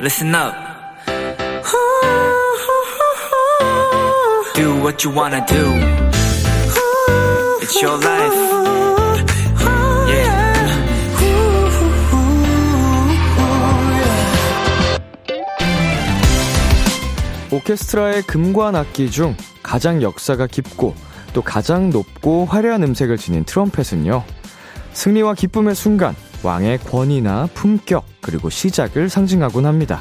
Listen up. Do what you wanna do. It's your life. Yeah. 오케스트라의 금관 악기 중 가장 역사가 깊고 또 가장 높고 화려한 음색을 지닌 트럼펫은요. 승리와 기쁨의 순간, 왕의 권위나 품격, 그리고 시작을 상징하곤 합니다.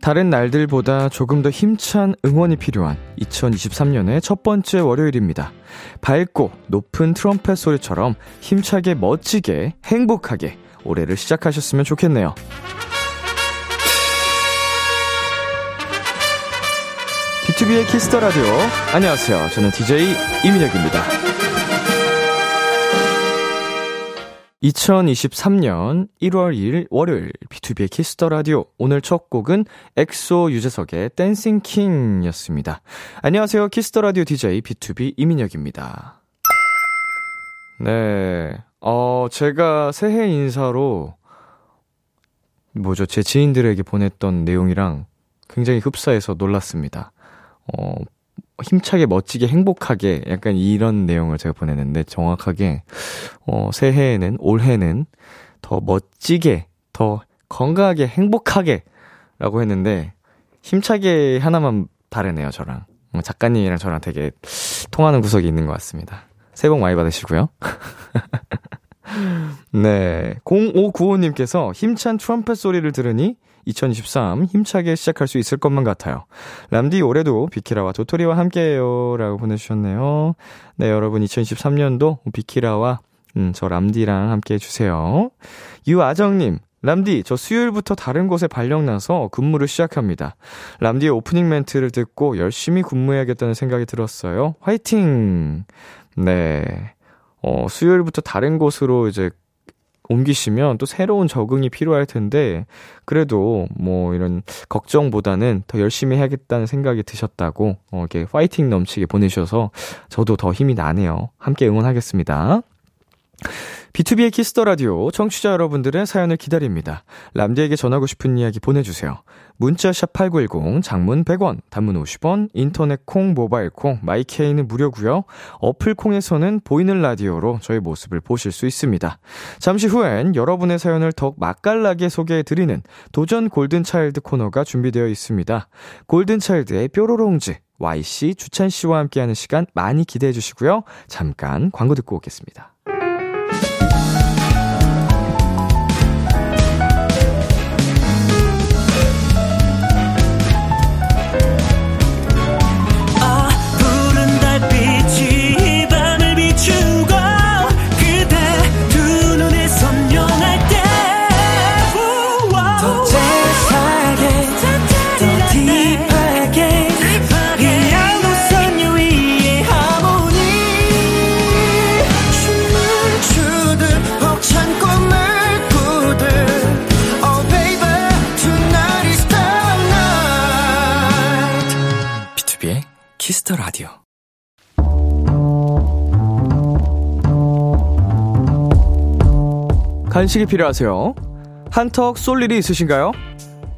다른 날들보다 조금 더 힘찬 응원이 필요한 2023년의 첫 번째 월요일입니다. 밝고 높은 트럼펫 소리처럼 힘차게 멋지게 행복하게 올해를 시작하셨으면 좋겠네요. B2B의 키스터 라디오. 안녕하세요. 저는 DJ 이민혁입니다. 2023년 1월 2일 월요일 B2B의 키스터 라디오 오늘 첫 곡은 엑소 유재석의 댄싱 킹이었습니다. 안녕하세요. 키스터 라디오 DJ B2B 이민혁입니다. 네. 어, 제가 새해 인사로 뭐죠? 제 지인들에게 보냈던 내용이랑 굉장히 흡사해서 놀랐습니다. 어, 힘차게 멋지게 행복하게 약간 이런 내용을 제가 보내는데 정확하게 어, 새해에는 올해는 더 멋지게 더 건강하게 행복하게라고 했는데 힘차게 하나만 다르네요 저랑 어, 작가님이랑 저랑 되게 통하는 구석이 있는 것 같습니다 새해 복 많이 받으시고요 네 0595님께서 힘찬 트럼펫 소리를 들으니 2023 힘차게 시작할 수 있을 것만 같아요. 람디 올해도 비키라와 도토리와 함께해요. 라고 보내주셨네요. 네, 여러분 2023년도 비키라와 음, 저 람디랑 함께 해주세요. 유아정님, 람디, 저 수요일부터 다른 곳에 발령나서 근무를 시작합니다. 람디의 오프닝 멘트를 듣고 열심히 근무해야겠다는 생각이 들었어요. 화이팅! 네. 어, 수요일부터 다른 곳으로 이제 옮기시면 또 새로운 적응이 필요할 텐데 그래도 뭐 이런 걱정보다는 더 열심히 해야겠다는 생각이 드셨다고 어 이렇게 파이팅 넘치게 보내셔서 저도 더 힘이 나네요. 함께 응원하겠습니다. B2B의 키스터 라디오 청취자 여러분들의 사연을 기다립니다. 람디에게 전하고 싶은 이야기 보내주세요. 문자샵 8910, 장문 100원, 단문 50원, 인터넷 콩, 모바일 콩, 마이케이는 무료고요. 어플 콩에서는 보이는 라디오로 저희 모습을 보실 수 있습니다. 잠시 후엔 여러분의 사연을 더욱 맛깔나게 소개해드리는 도전 골든차일드 코너가 준비되어 있습니다. 골든차일드의 뾰로롱지, YC, 주찬씨와 함께하는 시간 많이 기대해주시고요. 잠깐 광고 듣고 오겠습니다. 아 푸른 달빛이 이 밤을 비추고 그대 두 눈에 선명할 때더 재밌하게 더 딥하게 이 양도선 유위의 하모니 춤을 추듯 벅찬 꿈을 꾸듯 Oh baby tonight is the night B2B의 키스터 라디오. 간식이 필요하세요? 한턱 쏠 일이 있으신가요?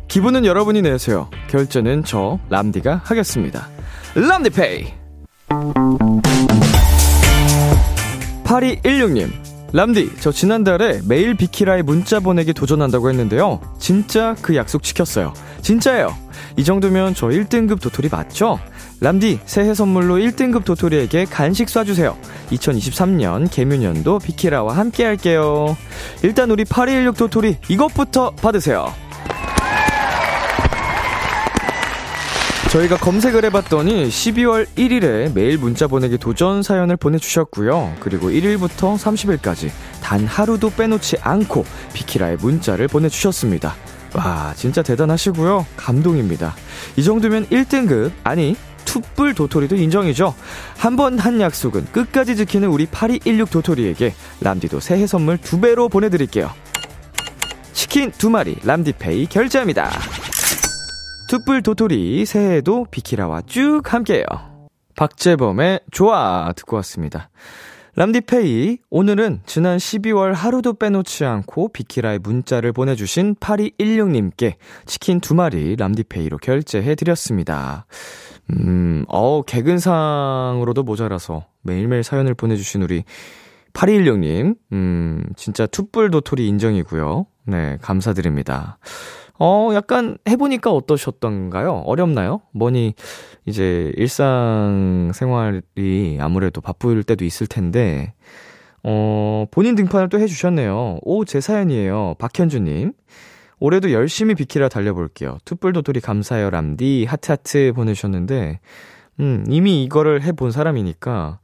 기분은 여러분이 내세요. 결제는 저 람디가 하겠습니다. 람디페이. 8216님. 람디, 저 지난달에 매일 비키라에 문자 보내기 도전한다고 했는데요. 진짜 그 약속 지켰어요. 진짜예요. 이 정도면 저 1등급 도토리 맞죠? 람디, 새해 선물로 1등급 도토리에게 간식 쏴주세요. 2023년 개묘년도 비키라와 함께 할게요. 일단 우리 8216 도토리 이것부터 받으세요. 저희가 검색을 해봤더니 12월 1일에 매일 문자 보내기 도전 사연을 보내주셨고요. 그리고 1일부터 30일까지 단 하루도 빼놓지 않고 비키라의 문자를 보내주셨습니다. 와, 진짜 대단하시고요. 감동입니다. 이 정도면 1등급, 아니, 투뿔 도토리도 인정이죠. 한 번 한 약속은 끝까지 지키는 우리 8216 도토리에게 람디도 새해 선물 두 배로 보내드릴게요. 치킨 두 마리 람디페이 결제합니다. 투뿔 도토리 새해에도 비키라와 쭉 함께해요. 박재범의 좋아 듣고 왔습니다. 람디페이, 오늘은 지난 12월 하루도 빼놓지 않고 비키라의 문자를 보내주신 8216님께 치킨 두 마리 람디페이로 결제해드렸습니다. 음, 어 개근상으로도 모자라서 매일매일 사연을 보내주신 우리 8216님, 음, 진짜 투뿔 도토리 인정이고요. 네, 감사드립니다. 어, 약간 해보니까 어떠셨던가요? 어렵나요? 뭐니, 이제 일상 생활이 아무래도 바쁠 때도 있을 텐데, 어, 본인 등판을 또 해주셨네요. 오, 제 사연이에요. 박현주님. 올해도 열심히 비키라 달려볼게요. 투뿔도토리 감사해요, 람디. 하트하트 보내주셨는데, 음, 이미 이거를 해본 사람이니까,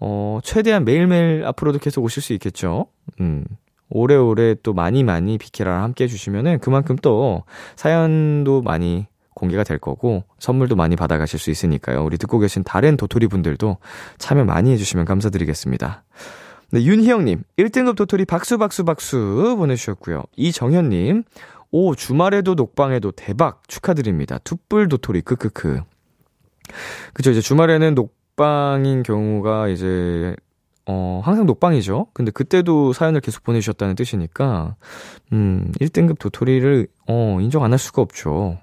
어, 최대한 매일매일 앞으로도 계속 오실 수 있겠죠? 음, 오래오래 또 많이 많이 비키라랑 함께 해주시면은 그만큼 또 사연도 많이 공개가 될 거고 선물도 많이 받아가실 수 있으니까요. 우리 듣고 계신 다른 도토리 분들도 참여 많이 해주시면 감사드리겠습니다. 네, 윤희영님, 1등급 도토리 박수, 박수, 박수 보내주셨고요. 이정현님, 오, 주말에도 녹방에도 대박 축하드립니다. 투뿔 도토리, 크크크. 그쵸, 이제 주말에는 녹방인 경우가 이제, 어, 항상 녹방이죠. 근데 그때도 사연을 계속 보내주셨다는 뜻이니까, 음, 1등급 도토리를, 어, 인정 안 할 수가 없죠.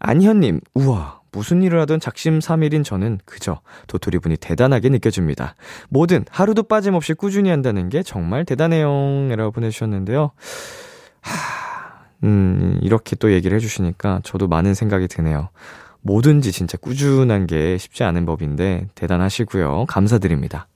안현님, 우와. 무슨 일을 하던 작심 삼일인 저는 그저 도토리분이 대단하게 느껴집니다. 뭐든 하루도 빠짐없이 꾸준히 한다는 게 정말 대단해요. 라고 보내주셨는데요. 하, 음, 이렇게 또 얘기를 해주시니까 저도 많은 생각이 드네요. 뭐든지 진짜 꾸준한 게 쉽지 않은 법인데 대단하시고요. 감사드립니다.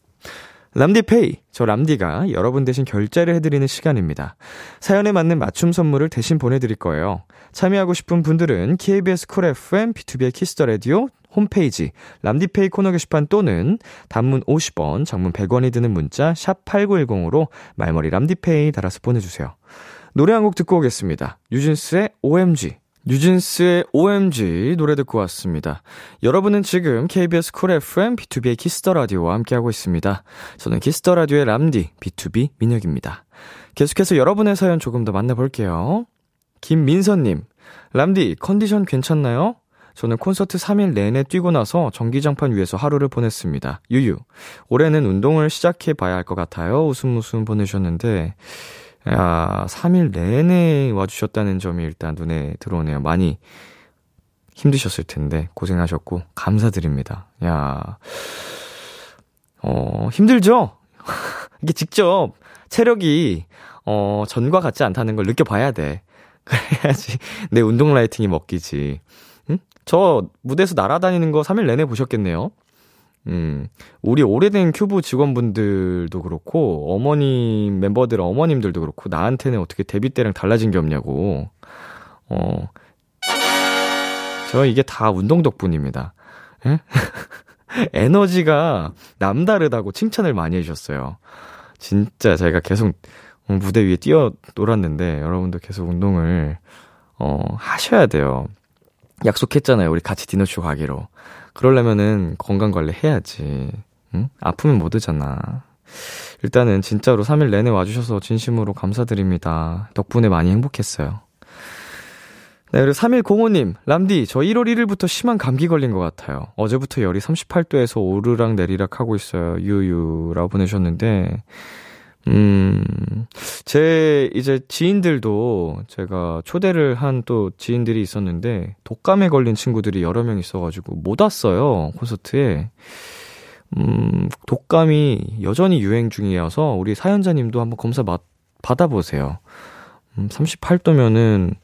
람디페이, 저 람디가 여러분 대신 결제를 해드리는 시간입니다. 사연에 맞는 맞춤 선물을 대신 보내드릴 거예요. 참여하고 싶은 분들은 KBS 쿨 FM, B2B의 키스터 라디오 홈페이지 람디페이 코너 게시판 또는 단문 50원, 장문 100원이 드는 문자 샵 8910으로 말머리 람디페이 달아서 보내주세요. 노래 한 곡 듣고 오겠습니다. 유진스의 OMG. 유진스의 OMG 노래 듣고 왔습니다. 여러분은 지금 KBS 쿨 FM B2B의 키스터 라디오와 함께하고 있습니다. 저는 키스터 라디오의 람디 B2B 민혁입니다. 계속해서 여러분의 사연 조금 더 만나볼게요. 김민선님, 람디, 컨디션 괜찮나요? 저는 콘서트 3일 내내 뛰고 나서 전기장판 위에서 하루를 보냈습니다. 유유. 올해는 운동을 시작해 봐야 할 것 같아요. 웃음 웃음 보내셨는데, 야, 3일 내내 와주셨다는 점이 일단 눈에 들어오네요. 많이 힘드셨을 텐데, 고생하셨고, 감사드립니다. 야, 어, 힘들죠? 이게 직접 체력이, 어, 전과 같지 않다는 걸 느껴봐야 돼. 그래야지 내 운동 라이팅이 먹기지. 응? 저 무대에서 날아다니는 거 3일 내내 보셨겠네요. 음, 우리 오래된 큐브 직원분들도 그렇고, 어머님, 멤버들 어머님들도 그렇고, 나한테는 어떻게 데뷔 때랑 달라진 게 없냐고. 어, 저 이게 다 운동 덕분입니다. 예? 에너지가 남다르다고 칭찬을 많이 해주셨어요. 진짜 제가 계속 무대 위에 뛰어 놀았는데 여러분도 계속 운동을 어 하셔야 돼요. 약속했잖아요. 우리 같이 디너쇼 가기로. 그러려면은 건강 관리 해야지. 응? 아프면 못 오잖아. 일단은 진짜로 3일 내내 와주셔서 진심으로 감사드립니다. 덕분에 많이 행복했어요. 네, 그리고 3105님, 람디, 저 1월 1일부터 심한 감기 걸린 것 같아요. 어제부터 열이 38도에서 오르락 내리락 하고 있어요. 유유라고 보내셨는데, 음, 제 이제 지인들도 제가 초대를 한 또 지인들이 있었는데, 독감에 걸린 친구들이 여러 명 있어가지고 못 왔어요, 콘서트에. 음, 독감이 여전히 유행 중이어서 우리 사연자님도 한번 검사 받, 받아보세요. 음, 38도면은,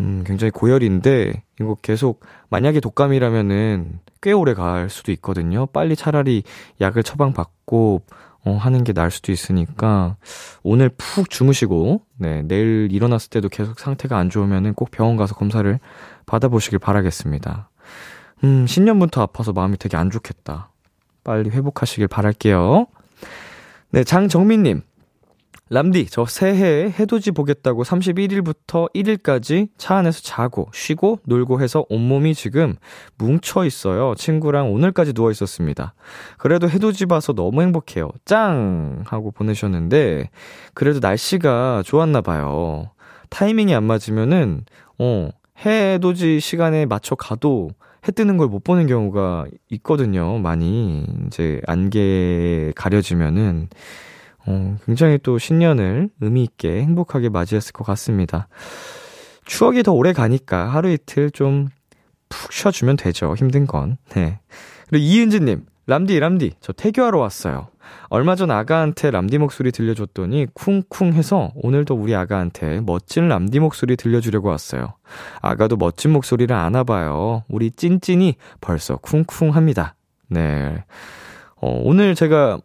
음, 굉장히 고열인데, 이거 계속, 만약에 독감이라면은 꽤 오래 갈 수도 있거든요. 빨리 차라리 약을 처방받고, 어, 하는 게 나을 수도 있으니까, 오늘 푹 주무시고, 네, 내일 일어났을 때도 계속 상태가 안 좋으면은 꼭 병원 가서 검사를 받아보시길 바라겠습니다. 음, 신년부터 아파서 마음이 되게 안 좋겠다. 빨리 회복하시길 바랄게요. 네, 장정민님. 람디, 저 새해에 해돋이 보겠다고 31일부터 1일까지 차 안에서 자고, 쉬고, 놀고 해서 온몸이 지금 뭉쳐 있어요. 친구랑 오늘까지 누워 있었습니다. 그래도 해돋이 봐서 너무 행복해요. 짱! 하고 보내셨는데, 그래도 날씨가 좋았나 봐요. 타이밍이 안 맞으면은, 어, 해돋이 시간에 맞춰 가도 해 뜨는 걸 못 보는 경우가 있거든요. 많이 이제 안개에 가려지면은 어, 굉장히 또 신년을 의미 있게 행복하게 맞이했을 것 같습니다. 추억이 더 오래 가니까 하루 이틀 좀 푹 쉬어주면 되죠. 힘든 건. 네. 그리고 이은지님, 람디, 람디, 저 태교하러 왔어요. 얼마 전 아가한테 람디 목소리 들려줬더니 쿵쿵 해서 오늘도 우리 아가한테 멋진 람디 목소리 들려주려고 왔어요. 아가도 멋진 목소리를 아나 봐요. 우리 찐찐이 벌써 쿵쿵합니다. 네. 어, 오늘 제가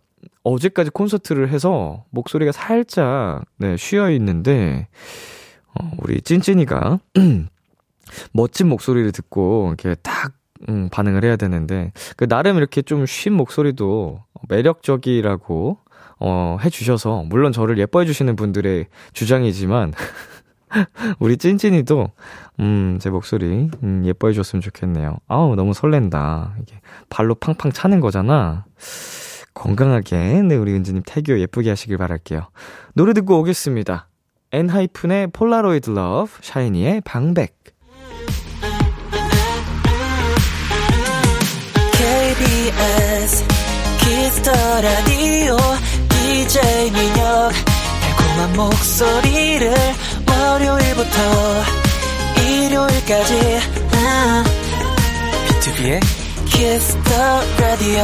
어제까지 콘서트를 해서 목소리가 살짝 네, 쉬어 있는데 어, 우리 찐찐이가 멋진 목소리를 듣고 이렇게 딱 음, 반응을 해야 되는데 그 나름 이렇게 좀 쉰 목소리도 매력적이라고 어, 해주셔서 물론 저를 예뻐해 주시는 분들의 주장이지만 우리 찐찐이도 음, 제 목소리 음, 예뻐해 줬으면 좋겠네요. 아우 너무 설렌다. 이게 발로 팡팡 차는 거잖아. 건강하게 네 우리 은지님 태교 예쁘게 하시길 바랄게요. 노래 듣고 오겠습니다. 엔하이픈의 폴라로이드 러브, 샤이니의 방백. KBS 키스터 라디오 DJ 민혁 달콤한 목소리를 월요일부터 일요일까지 아, B2B의 키스터 라디오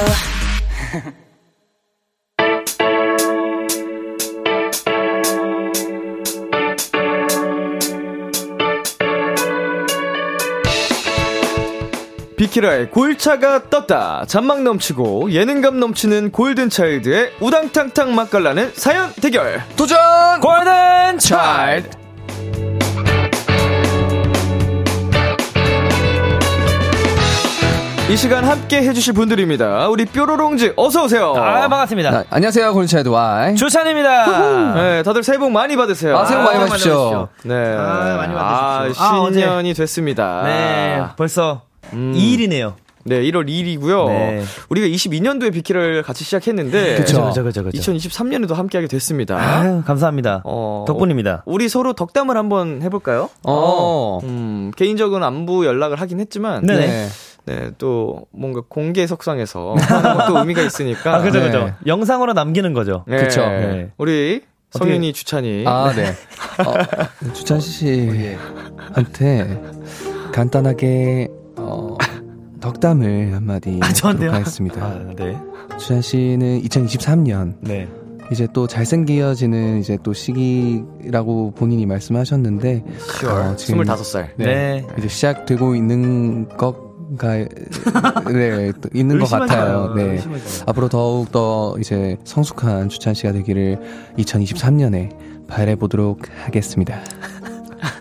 비키라의 골차가 떴다. 잔망 넘치고 예능감 넘치는 골든차일드의 우당탕탕 맛깔나는 사연 대결. 도전! 아, 골든차일드! 이 시간 함께 해주실 분들입니다. 우리 뾰로롱즈 어서오세요. 아, 반갑습니다. 아, 안녕하세요, 골든차이드 와이. 조찬입니다. 네, 다들 새해 복 많이 받으세요. 아, 새해 복 많이 아, 많이 받으십시오. 네. 아, 많이 받으십시오. 아, 아, 어제. 신년이 됐습니다. 네, 아. 벌써 음. 2일이네요. 네, 1월 2일이고요. 네. 우리가 22년도에 비키를 같이 시작했는데 그쵸. 그죠, 그죠, 그죠. 2023년에도 함께하게 됐습니다. 어. 아유, 감사합니다. 어, 덕분입니다. 우리 서로 덕담을 한번 해볼까요? 어. 음, 개인적인 안부 연락을 하긴 했지만 네네. 네. 네, 또 뭔가 공개 석상에서 하는 것도 의미가 있으니까 아, 그죠, 네. 그죠. 영상으로 남기는 거죠. 네, 그쵸. 네. 우리 성윤이 주찬이 아, 네. 어, 주찬 씨한테 간단하게, 어, 덕담을 한마디. 아, 저한테요? 하도록 하겠습니다. 아, 네. 주찬 씨는 2023년, 네. 이제 또 잘생겨지는 이제 또 시기라고 본인이 말씀하셨는데, 어, 음. 지금 25살. 네. 이제 시작되고 있는 것가 네, 또 있는 것 같아요. 네. 앞으로 더욱 더 이제 성숙한 주찬 씨가 되기를 2023년에 바래 보도록 하겠습니다.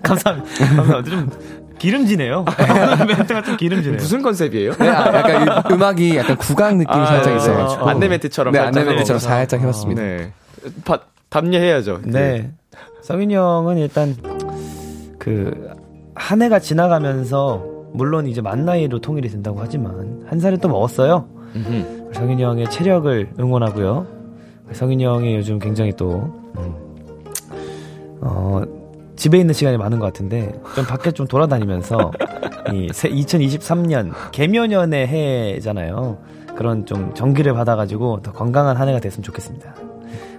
감사합니다. 감사합니다. 좀 기름지네요. 오늘 멘트가 좀 기름지네요. 무슨 컨셉이에요? 네, 아, 약간 이 음악이 약간 구강 느낌이 아, 살짝 네, 네. 있어가지고 안내 멘트처럼 네, 살짝 안내 멘트처럼 해서. 살짝 해봤습니다. 네. 바, 답례해야죠. 네. 성윤이 형은 일단 그 한 해가 지나가면서 물론 이제 만 나이로 통일이 된다고 하지만 한 살을 또 먹었어요. 음흠. 성윤이 형의 체력을 응원하고요. 성윤이 형이 요즘 굉장히 또 음, 어, 집에 있는 시간이 많은 것 같은데 좀 밖에 좀 돌아다니면서 이 2023년 개묘년의 해잖아요. 그런 좀 정기를 받아가지고 더 건강한 한 해가 됐으면 좋겠습니다.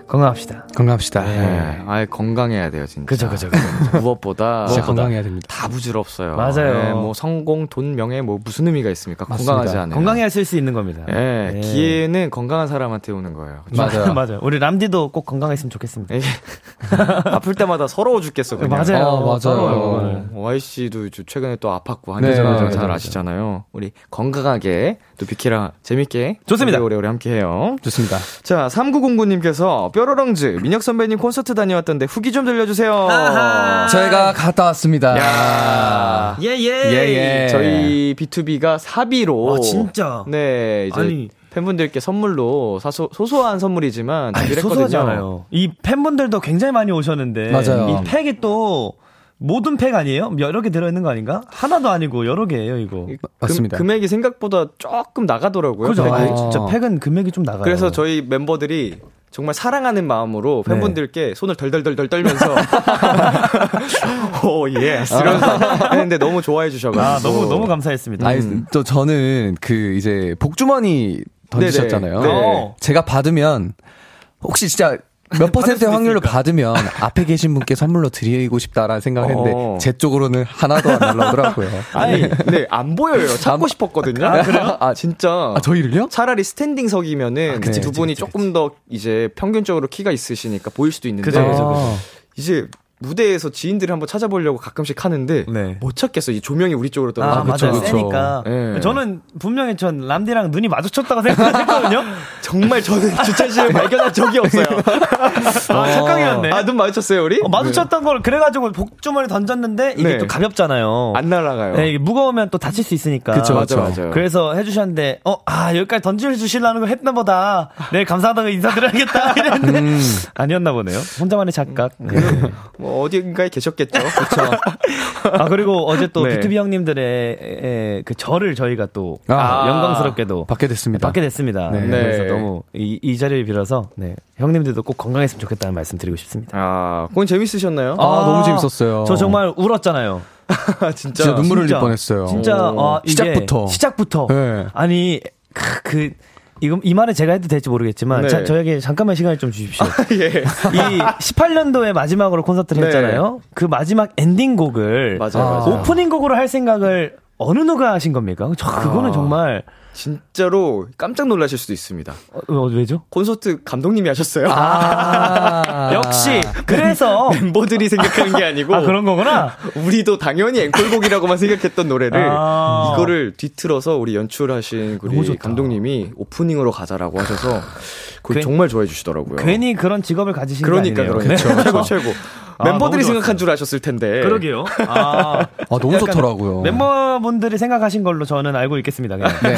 건강합시다. 건강합시다. 네. 네. 아예 건강해야 돼요, 진짜. 그죠, 그죠, 그죠. 무엇보다 진짜 건강해야 됩니다. 다 부질없어요. 맞아요. 뭐 성공, 돈, 명예 뭐 무슨 의미가 있습니까? 맞습니다. 건강하지 않아요. 건강해야 쓸 수 있는 겁니다. 예, 네. 기회는 건강한 사람한테 오는 거예요. 맞아요. 맞아요. 우리 람디도 꼭 건강했으면 좋겠습니다. 네, 이게 아플 때마다 서러워 죽겠어. 그냥. 맞아요. 어, 맞아요. 서러워요, 어, 그거는. Y 씨도 최근에 또 아팠고 네, 한계잖아요. 맞아요, 잘 맞아요. 아시잖아요. 우리 건강하게 또 비키라 재밌게 좋습니다. 오래오래 함께해요. 좋습니다. 자, 3909님께서 뾰로롱즈 민혁 선배님 콘서트 다녀왔던데 후기 좀 들려주세요. 아하. 저희가 갔다 왔습니다. 야. 예, 예. 예, 예. 저희 B2B가 사비로 아, 진짜? 네 이제 아니. 팬분들께 선물로 사소, 소소한 선물이지만 아니, 준비를 했거든요. 소소하잖아요. 이 팬분들도 굉장히 많이 오셨는데 맞아요. 이 팩이 또 모든 팩 아니에요? 여러 개 들어있는 거 아닌가? 하나도 아니고 여러 개예요 이거. 금- 맞습니다. 금액이 생각보다 조금 나가더라고요. 그죠? 팩이. 아, 진짜 팩은 금액이 좀 나가요. 그래서 저희 멤버들이 정말 사랑하는 마음으로 네. 팬분들께 손을 덜덜덜덜 떨면서 오 예스 이러면서 했는데 너무 좋아해 주셔가지고 아, 너무 너무 음. 감사했습니다. 아니 또 저는 그 이제 복주머니 던지셨잖아요. 네네. 네. 제가 받으면 혹시 진짜 몇 퍼센트의 확률로 받으면 앞에 계신 분께 선물로 드리고 싶다라는 생각을 어. 했는데 제 쪽으로는 하나도 안 날라오더라고요. 아니, 네, 안 보여요. 찾고 싶었거든요. 아, 그래요? 아, 진짜. 아, 저희를요? 차라리 스탠딩석이면은 그치, 두 그치, 분이 그치, 조금 더 이제 평균적으로 키가 있으시니까 보일 수도 있는데 그죠, 그죠, 그죠. 이제 무대에서 지인들을 한번 찾아보려고 가끔씩 하는데 네. 못 찾겠어요. 이 조명이 우리 쪽으로 아, 떨어져. 그쵸, 맞아요. 그쵸. 세니까. 예. 저는 분명히 전 람디랑 눈이 마주쳤다고 생각했거든요. 정말 저는 주찬 씨를 발견한 적이 없어요. 아, 착각이었네. 아, 눈 마주쳤어요, 우리? 어, 마주쳤던 걸 그래가지고 복주머니 던졌는데 이게 네. 또 가볍잖아요. 안 날아가요. 네, 이게 무거우면 또 다칠 수 있으니까. 그쵸, 맞아, 그쵸. 맞아요. 그래서 해주셨는데, 어, 아, 여기까지 던져주시려는 거 했나 보다. 내일 감사하다고 인사드려야겠다. 음. 이랬는데. 아니었나 보네요. 혼자만의 착각. 네. 뭐 어디인가에 계셨겠죠. 그렇죠. 아, 그리고 어제 또 네. 비투비 형님들의 에, 그 절을 저희가 또 아. 영광스럽게도 받게 됐습니다. 받게 됐습니다. 네. 네. 그래서 너무 이, 이 자리를 빌어서 네, 형님들도 꼭 건강했으면 좋겠다는 말씀 드리고 싶습니다. 아, 그건 재밌으셨나요? 아, 너무 재밌었어요. 저 정말 울었잖아요. 진짜. 진짜 눈물 흘릴 진짜. 뻔했어요. 진짜 오. 어, 이게 시작부터. 시작부터. 네. 아니 크, 그 이거 이 말은 제가 해도 될지 모르겠지만 네. 자, 저에게 잠깐만 시간을 좀 주십시오. 예. 이 18년도에 마지막으로 콘서트를 네. 했잖아요. 그 마지막 엔딩곡을 맞아요, 맞아요. 오프닝 곡으로 할 생각을 어느 누가 하신 겁니까? 저 그거는 아. 정말 진짜로 깜짝 놀라실 수도 있습니다. 어, 어, 왜죠? 콘서트 감독님이 하셨어요. 아. 역시 그래서 멤버들이 생각하는 게 아니고 아 그런 거구나. 우리도 당연히 앵콜곡이라고만 생각했던 노래를 아. 이거를 뒤틀어서 우리 연출하신 그 너무 우리 좋다. 감독님이 오프닝으로 가자라고 하셔서 그걸 괜- 정말 좋아해 주시더라고요. 괜히 그런 직업을 가지신 거 그러니까 아니네요. 그러니까 네. 최고 최고. 아, 멤버들이 너무 좋았어요. 생각한 줄 아셨을 텐데. 그러게요. 아, 아, 너무 약간 어. 좋더라고요. 멤버분들이 생각하신 걸로 저는 알고 있겠습니다. 그냥. 네.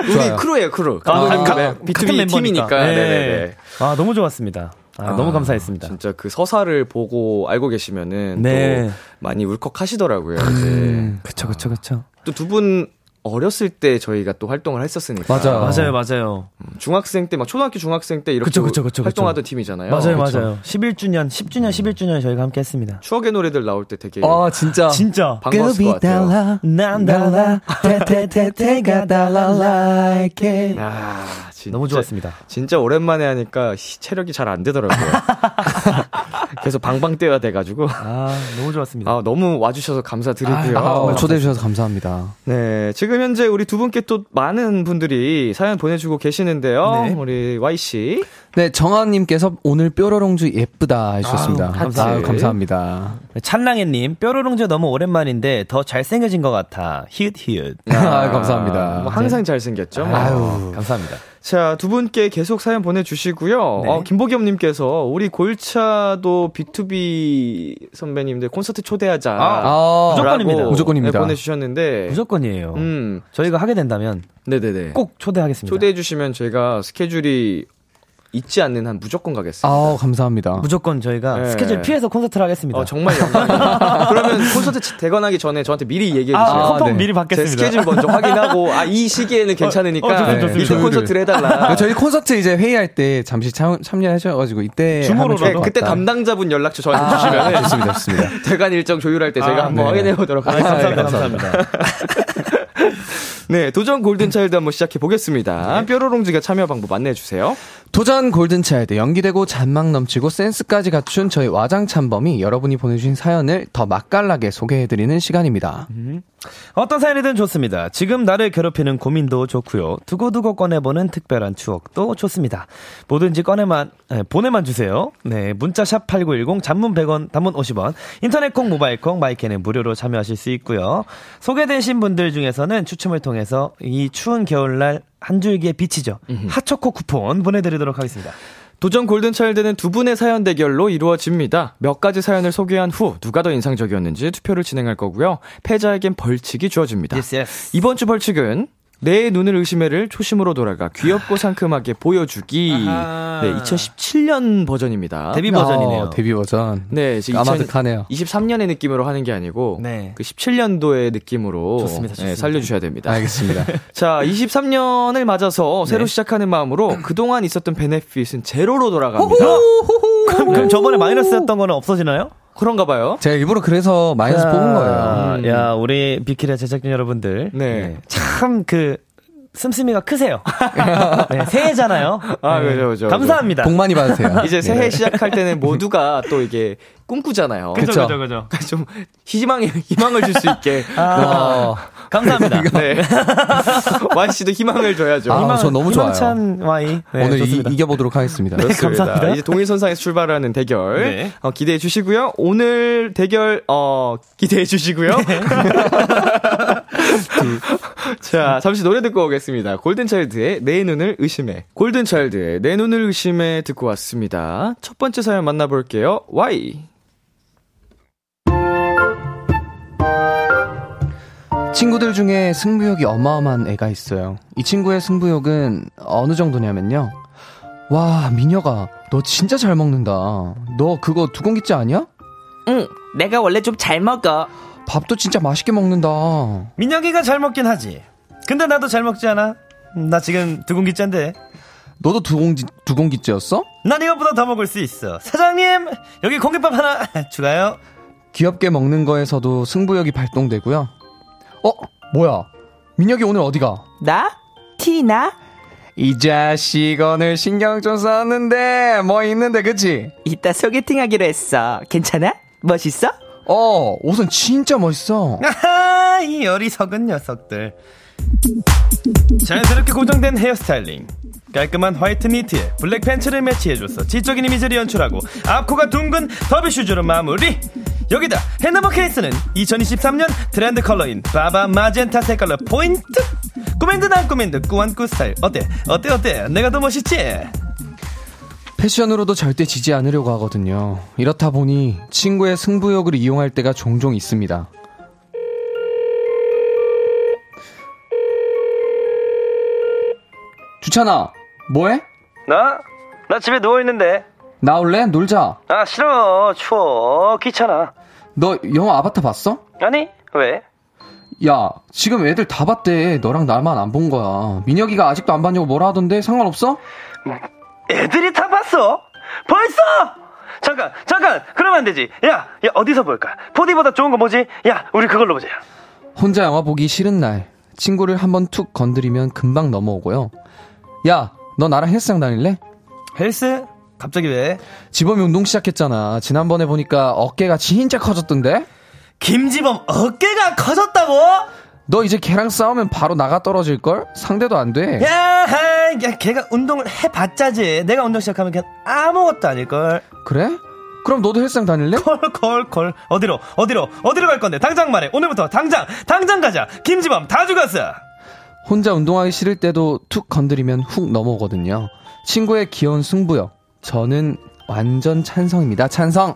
우리 좋아요. 크루예요 크루. 아, 감독님 아, 같은 네. 비투비 멤버니까. 팀이니까. 네. 네네네. 아, 너무 좋았습니다. 아, 너무 감사했습니다. 진짜 그 서사를 보고 알고 계시면은 네. 음. 또 많이 울컥하시더라고요. 이제 그쵸, 그쵸, 그쵸. 또 두 분 어렸을 때 저희가 또 활동을 했었으니까 맞아요. 맞아요, 맞아요. 중학생 때 막 초등학교 중학생 때 이렇게 그쵸, 그쵸, 그쵸, 활동하던 그쵸. 팀이잖아요. 맞아요, 네, 그쵸. 맞아요. 11주년, 10주년, 11주년 저희가 함께 했습니다. 추억의 노래들 나올 때 되게 어, 아, 진짜. 진짜. 반가웠을 것 같아요. 난 달라, 네, 테테테테가 달라, like it. 아, 진짜, 너무 좋았습니다. 진짜 오랜만에 하니까 시- 체력이 잘 안 되더라고요. 그래서 방방 떼야 돼가지고. 아, 너무 좋았습니다. 아, 너무 와주셔서 감사드리고요. 아, 초대해주셔서 감사합니다. 네, 지금 현재 우리 두 분께 또 많은 분들이 사연 보내주고 계시는데요. 네. 우리 Y씨. 네, 정아님께서 오늘 뾰로롱주 예쁘다 해주셨습니다. 아유, 하트. 아유, 감사합니다. 네, 찰랑해님, 뾰로롱즈 너무 오랜만인데 더 잘생겨진 것 같아. 히읗, 히읗. 네. 아유, 감사합니다. 네. 뭐 항상 잘생겼죠. 뭐. 네. 아유, 감사합니다. 자, 두 분께 계속 사연 보내주시고요. 네. 어, 김보겸님께서 우리 골차도 B2B 선배님들 콘서트 초대하자. 아, 무조건- 무조건입니다. 라고 무조건입니다. 네, 보내주셨는데. 무조건이에요. 음, 저희가 하게 된다면 네네네. 꼭 초대하겠습니다. 초대해주시면 저희가 스케줄이 있지 않는 한 무조건 가겠습니다. 아우, 감사합니다. 무조건 저희가 예. 스케줄 피해서 콘서트를 하겠습니다. 아, 어, 네. 정말 영광이에요. 그러면 콘서트 대관하기 전에 저한테 미리 얘기해주세요. 아, 컨펌 미리 제 받겠습니다. 스케줄 먼저 확인하고, 아, 이 시기에는 괜찮으니까, 어, 좋습니다, 네, 좋습니다. 이때 콘서트를 해달라. 네, 아, 저희 콘서트 이제 회의할 때 잠시 참, 참여하셔가지고 이때. 하면 주모로라도. 좋을 것 네, 그때 같다. 담당자분 연락처 저한테 주시면 아, 좋습니다, 좋습니다. 대관 일정 조율할 때 제가 네. 아, 한번 네. 확인해 보도록 아, 하겠습니다. 감사합니다. 감사합니다. 네, 도전 골든차일드 한번 시작해 보겠습니다. 네. 뾰로롱즈가 참여 방법 안내해 주세요. 도전 골든차일드 연기되고 잔망 넘치고 센스까지 갖춘 저희 와장찬범이 여러분이 보내주신 사연을 더 맛깔나게 소개해드리는 시간입니다. 어떤 사연이든 좋습니다. 지금 나를 괴롭히는 고민도 좋고요. 두고두고 꺼내보는 특별한 추억도 좋습니다. 뭐든지 꺼내만 에, 보내만 주세요. 네, 문자 샵 #8910 단문 100원, 단문 50원, 인터넷 콩, 모바일 콩, 마이케는 무료로 참여하실 수 있고요. 소개되신 분들 중에서는 추첨을 통해서 이 추운 겨울날 한 줄기의 빛이죠. 핫초코 쿠폰 보내드리도록 하겠습니다. 도전 골든차일드는 두 분의 사연 대결로 이루어집니다. 몇 가지 사연을 소개한 후 누가 더 인상적이었는지 투표를 진행할 거고요. 패자에겐 벌칙이 주어집니다. Yes, yes. 이번 주 벌칙은 내 눈을 의심해를 초심으로 돌아가 귀엽고 상큼하게 보여주기. 아하. 네, 2017년 버전입니다. 데뷔 버전이네요. 어, 데뷔 버전. 네, 지금 까마득하네요. 23년의 느낌으로 하는 게 아니고 네. 그 17년도의 느낌으로 좋습니다, 네, 좋습니다. 살려주셔야 됩니다. 알겠습니다. 자, 23년을 맞아서 네. 새로 시작하는 마음으로 그동안 있었던 베네핏은 제로로 돌아갑니다. 그럼, 그럼 저번에 마이너스였던 거는 없어지나요? 그런가 봐요. 제가 일부러 그래서 마이너스 야, 뽑은 거예요. 음. 야, 우리 비키라 제작진 여러분들. 네. 참 그, 씀씀이가 크세요. 네, 새해잖아요. 아, 그죠, 그죠. 감사합니다. 복 많이 받으세요. 이제 새해 시작할 때는 모두가 또 이게 꿈꾸잖아요. 그러니까 그쵸. 그죠, 그죠, 그죠. 좀 희망의 희망을 줄 수 있게. 아, 감사합니다. 네. 완 씨도 희망을 줘야죠. 아, 저 너무 좋아요. 희망찬 와이. 네, 오늘 이, 좋습니다. 이겨보도록 하겠습니다. 그렇습니다. 감사합니다. 이제 동일선상에서 출발하는 대결 네. 어, 기대해 주시고요. 오늘 대결 어, 기대해 주시고요. 네. 자, 잠시 노래 듣고 오겠습니다. 골든차일드의 내 눈을 의심해. 골든차일드의 내 눈을 의심해 듣고 왔습니다. 첫 번째 사연 만나볼게요. Y. 친구들 중에 승부욕이 어마어마한 애가 있어요. 이 친구의 승부욕은 어느 정도냐면요. 와, 민혁아, 너 진짜 잘 먹는다. 너 그거 두공기째 아니야? 응, 내가 원래 좀 잘 먹어. 밥도 진짜 맛있게 먹는다. 민혁이가 잘 먹긴 하지. 근데 나도 잘 먹지 않아. 음, 나 지금 두 공기 짠데. 너도 두공기, 두공기째였어? 난 이것보다 더 먹을 수 있어. 사장님, 여기 공깃밥 하나 추가요. 귀엽게 먹는 거에서도 승부욕이 발동되고요. 어, 뭐야? 민혁이 오늘 어디가? 나? 티나? 이 자식 오늘 신경 좀 썼는데 뭐 있는데 그치? 이따 소개팅하기로 했어. 괜찮아? 멋있어? 어, 옷은 진짜 멋있어. 아하, 이 어리석은 녀석들. 자연스럽게 고정된 헤어스타일링. 깔끔한 화이트 니트에 블랙 팬츠를 매치해줘서 지적인 이미지를 연출하고 앞코가 둥근 더비 슈즈로 마무리! 여기다 핸드볼 케이스는 2023년 트렌드 컬러인 바바 마젠타 색깔로 포인트! 꾸민듯 안 꾸민듯 꾸안꾸 스타일 어때? 어때 어때? 내가 더 멋있지? 패션으로도 절대 지지 않으려고 하거든요. 이렇다 보니 친구의 승부욕을 이용할 때가 종종 있습니다. 주찬아, 뭐해? 나? 나 집에 누워있는데 나올래? 놀자. 아 싫어 추워 귀찮아 너 영화 아바타 봤어? 아니 왜? 야, 지금 애들 다 봤대. 너랑 나만 안 본 거야. 민혁이가 아직도 안 봤냐고 뭐라 하던데 상관없어? 애들이 다 봤어? 벌써? 잠깐, 잠깐, 그러면 안 되지. 야, 야, 어디서 볼까? 4D보다 좋은 거 뭐지? 야, 우리 그걸로 보자. 혼자 영화 보기 싫은 날 친구를 한번 툭 건드리면 금방 넘어오고요. 야, 너 나랑 헬스장 다닐래? 헬스? 갑자기 왜? 지범이 운동 시작했잖아. 지난번에 보니까 어깨가 진짜 커졌던데? 김지범 어깨가 커졌다고? 너 이제 걔랑 싸우면 바로 나가 떨어질걸? 상대도 안 돼. 야, 하, 야, 걔가 운동을 해봤자지. 내가 운동 시작하면 걔 아무것도 아닐걸. 그래? 그럼 너도 헬스장 다닐래? 콜, 콜, 콜. 어디로, 어디로, 어디로 갈 건데? 당장 말해. 오늘부터 당장, 당장 가자. 김지범 다 죽었어. 혼자 운동하기 싫을 때도 툭 건드리면 훅 넘어오거든요. 친구의 귀여운 승부욕. 저는 완전 찬성입니다. 찬성!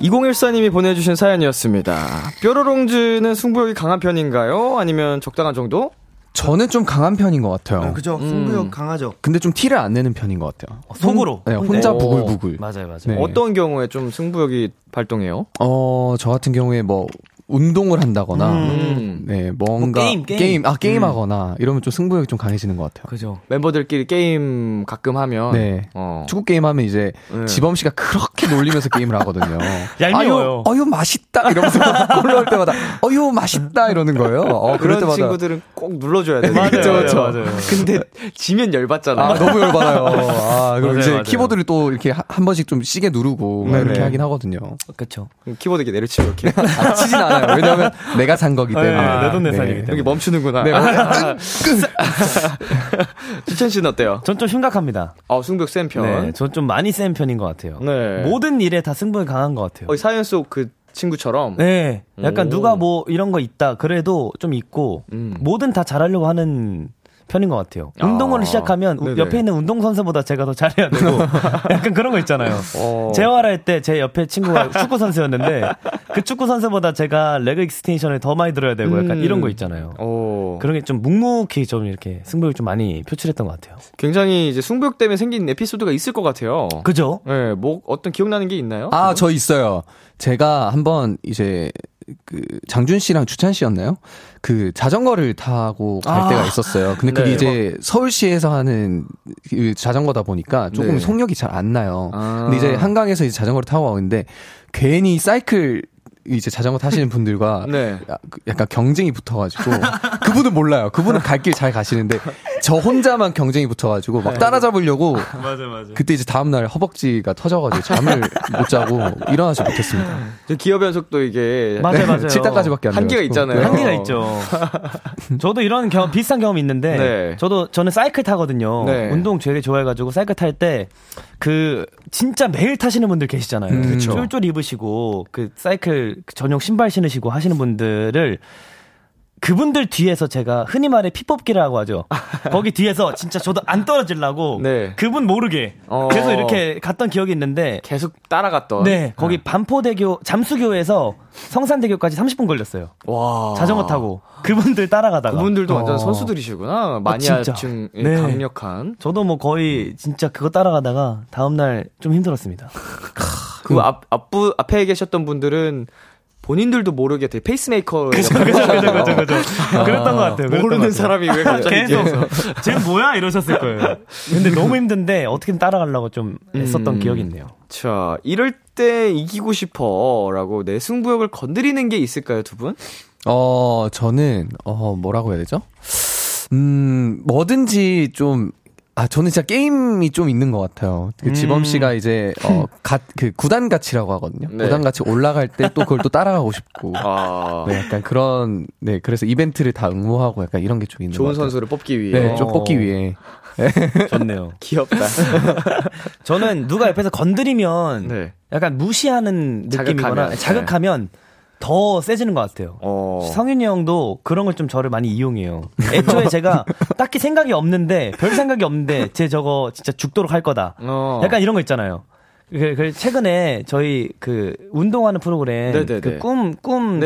2014님이 보내주신 사연이었습니다. 뾰로롱즈는 승부욕이 강한 편인가요? 아니면 적당한 정도? 저는 좀 강한 편인 것 같아요. 어, 그죠. 승부욕 강하죠. 근데 좀 티를 안 내는 편인 것 같아요. 속으로. 네, 혼자 오. 부글부글. 맞아요, 맞아요. 네. 어떤 경우에 좀 승부욕이 발동해요? 어, 저 같은 경우에 뭐, 운동을 한다거나, 음. 네, 뭔가. 뭐 게임, 게임. 아, 게임하거나, 이러면 좀 승부욕이 좀 강해지는 것 같아요. 음. 그죠. 멤버들끼리 게임 가끔 하면 네. 어. 축구 게임 하면 이제 지범 씨가 그렇게 놀리면서 게임을 하거든요. 네. 얄미워요. 아유, 어유 맛있다 이러면서 골 넣을 때마다 어유 맛있다 이러는 거예요. 어, 그럴 그런 때마다 친구들은 꼭 눌러줘야 돼. 맞아요, 그쵸, 그쵸. 맞아요, 맞아요. 근데 지면 열받잖아. 아, 너무 열받아요. 아, 그리고 맞아요, 네, 이제 맞아요. 키보드를 또 이렇게 하- 한 번씩 좀 시계 누르고 막 이렇게 하긴 하거든요. 그쵸. 키보드 이렇게 내려치고 이렇게. 아, 치진 않아요. 왜냐면 하 내가 산 거기 때문에. 네, 내돈내산이기 네. 때문에. 여기 멈추는구나. 네, 추천 씨는 어때요? 전 좀 심각합니다. 어, 승벽 센 편. 네, 전 좀 많이 센 편인 것 같아요. 네. 모든 일에 다 승부에 강한 것 같아요. 어, 이 사연 속 그 친구처럼. 네, 약간 오. 누가 뭐 이런 거 있다 그래도 좀 있고 음. 뭐든 다 잘하려고 하는 편인 것 같아요. 아, 운동을 시작하면 우- 네네. 옆에 있는 운동선수보다 제가 더 잘해야 되고 약간 그런 거 있잖아요. 어. 재활할 때 제 옆에 친구가 축구선수였는데 그 축구선수보다 제가 레그 익스텐션을 더 많이 들어야 되고 약간 음. 이런 거 있잖아요. 오. 그런 게 좀 묵묵히 좀 이렇게 승부욕을 좀 많이 표출했던 것 같아요. 굉장히 이제 승부욕 때문에 생긴 에피소드가 있을 것 같아요. 그죠? 예, 뭐 어떤 기억나는 게 있나요? 아, 저 있어요. 제가 한번 이제 그 장준 씨랑 주찬 씨였나요? 그 자전거를 타고 갈 아. 때가 있었어요. 근데 그게 네. 이제 서울시에서 하는 그 자전거다 보니까 조금 네. 속력이 잘 안 나요. 아. 근데 이제 한강에서 이제 자전거를 타고 가는데 괜히 사이클 이제 자전거 타시는 분들과 네. 야- 그 약간 경쟁이 붙어가지고 그분은 몰라요. 그분은 갈 길 잘 가시는데 저 혼자만 경쟁이 붙어가지고 네. 막 따라잡으려고 맞아 맞아. 네. 그때 이제 다음날 허벅지가 터져가지고 잠을 못 자고 일어나지 못했습니다. 저 기업 연속도 이게 맞아요 맞아요. 7단까지밖에 네. 안 한계가 돼가지고. 네. 있잖아요. 한계가 어. 있죠. 저도 이런 경험, 비슷한 경험이 있는데, 네. 저도, 저는 사이클 타거든요. 네. 운동 되게 좋아해가지고, 사이클 탈 때, 그, 진짜 매일 타시는 분들 계시잖아요. 음, 그쵸. 쫄쫄 입으시고, 그, 사이클 전용 신발 신으시고 하시는 분들을, 그분들 뒤에서 제가 흔히 말해 피뽑기라고 하죠. 거기 뒤에서 진짜 저도 안 떨어지려고, 네. 그분 모르게, 어. 그래서 이렇게 갔던 기억이 있는데, 계속 따라갔던. 네, 거기 반포대교, 잠수교에서 성산대교까지 30분 걸렸어요. 와. 자전거 타고 그분들 따라가다가 그분들도 완전 어. 선수들이시구나. 진짜. 마니아층 의 네. 강력한. 저도 뭐 거의 진짜 그거 따라가다가 다음날 좀 힘들었습니다. 그 앞, 앞부, 앞에 계셨던 분들은 본인들도 모르게 되게 페이스메이커. 그죠 그죠 그죠 그죠 그죠 그렇죠. 그랬던 것 같아요. 그랬던 것 모르는 같아요. 사람이 왜 갑자기 계속 이렇게 쟤 뭐야 이러셨을 거예요. 근데 너무 힘든데 어떻게든 따라가려고 좀 했었던 음. 기억이 있네요. 자, 이럴 때 이기고 싶어. 라고 내 승부욕을 건드리는 게 있을까요, 두 분? 어, 저는, 어, 뭐라고 해야 되죠? 음, 뭐든지 좀, 아, 저는 진짜 게임이 좀 있는 것 같아요. 그 지범 씨가 이제, 어, 갓, 그 구단 가치라고 하거든요. 네. 구단 가치 올라갈 때 또 그걸 또 따라가고 싶고. 아, 네, 약간 그런, 네, 그래서 이벤트를 다 응모하고 약간 이런 게 좀 있는 것 좋은 같아요. 선수를 뽑기 위해. 네, 좀 어. 뽑기 위해. 좋네요. 귀엽다. 저는 누가 옆에서 건드리면 네. 약간 무시하는 자극하면, 느낌이거나 네. 자극하면 더 세지는 것 같아요. 어. 성윤이 형도 그런 걸 좀 저를 많이 이용해요. 애초에 제가 딱히 생각이 없는데 별 생각이 없는데 제 저거 진짜 죽도록 할 거다. 어. 약간 이런 거 있잖아요. 그, 그 최근에 저희 그 운동하는 프로그램 네네네. 그 꿈 네네.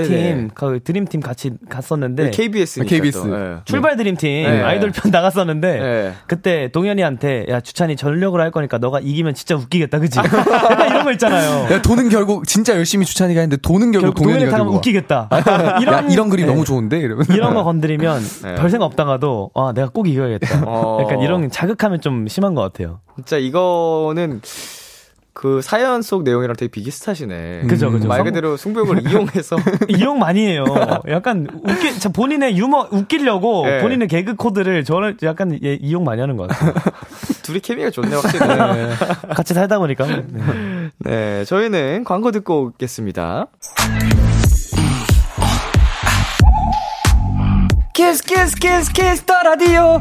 꿈팀 그 드림팀 같이 갔었는데 KBS. 니까 KBS. 또, 예. 출발 드림팀 네. 아이돌 편 나갔었는데 네. 그때 동현이한테 야 주찬이 전력으로 할 거니까 너가 이기면 진짜 웃기겠다 그지? 약간 이런 거 있잖아요. 야, 돈은 결국, 진짜 열심히 주찬이가 했는데 돈은 결국, 어. 결국 동현이 동현이가 타면 들고 와. 아, 웃기겠다. 야, 이런 그림 네. 너무 좋은데? 이러면. 이런 거 건드리면 네. 별 생각 없다가도 아 내가 꼭 이겨야겠다. 어. 약간 이런 자극하면 좀 심한 것 같아요. 진짜 이거는 그 사연 속 내용이랑 되게 비슷하시네. 그죠, 음, 그죠. 말 그대로 승부욕을 이용해서 이용 많이 해요. 약간 웃기 자, 본인의 유머 웃기려고 네. 본인의 개그 코드를 저는 약간 예, 이용 많이 하는 것 같아요. 둘이 케미가 좋네 확실히. 같이 살다 보니까 네. 네, 저희는 광고 듣고 오겠습니다. 키스 키스 키스 키스 더 라디오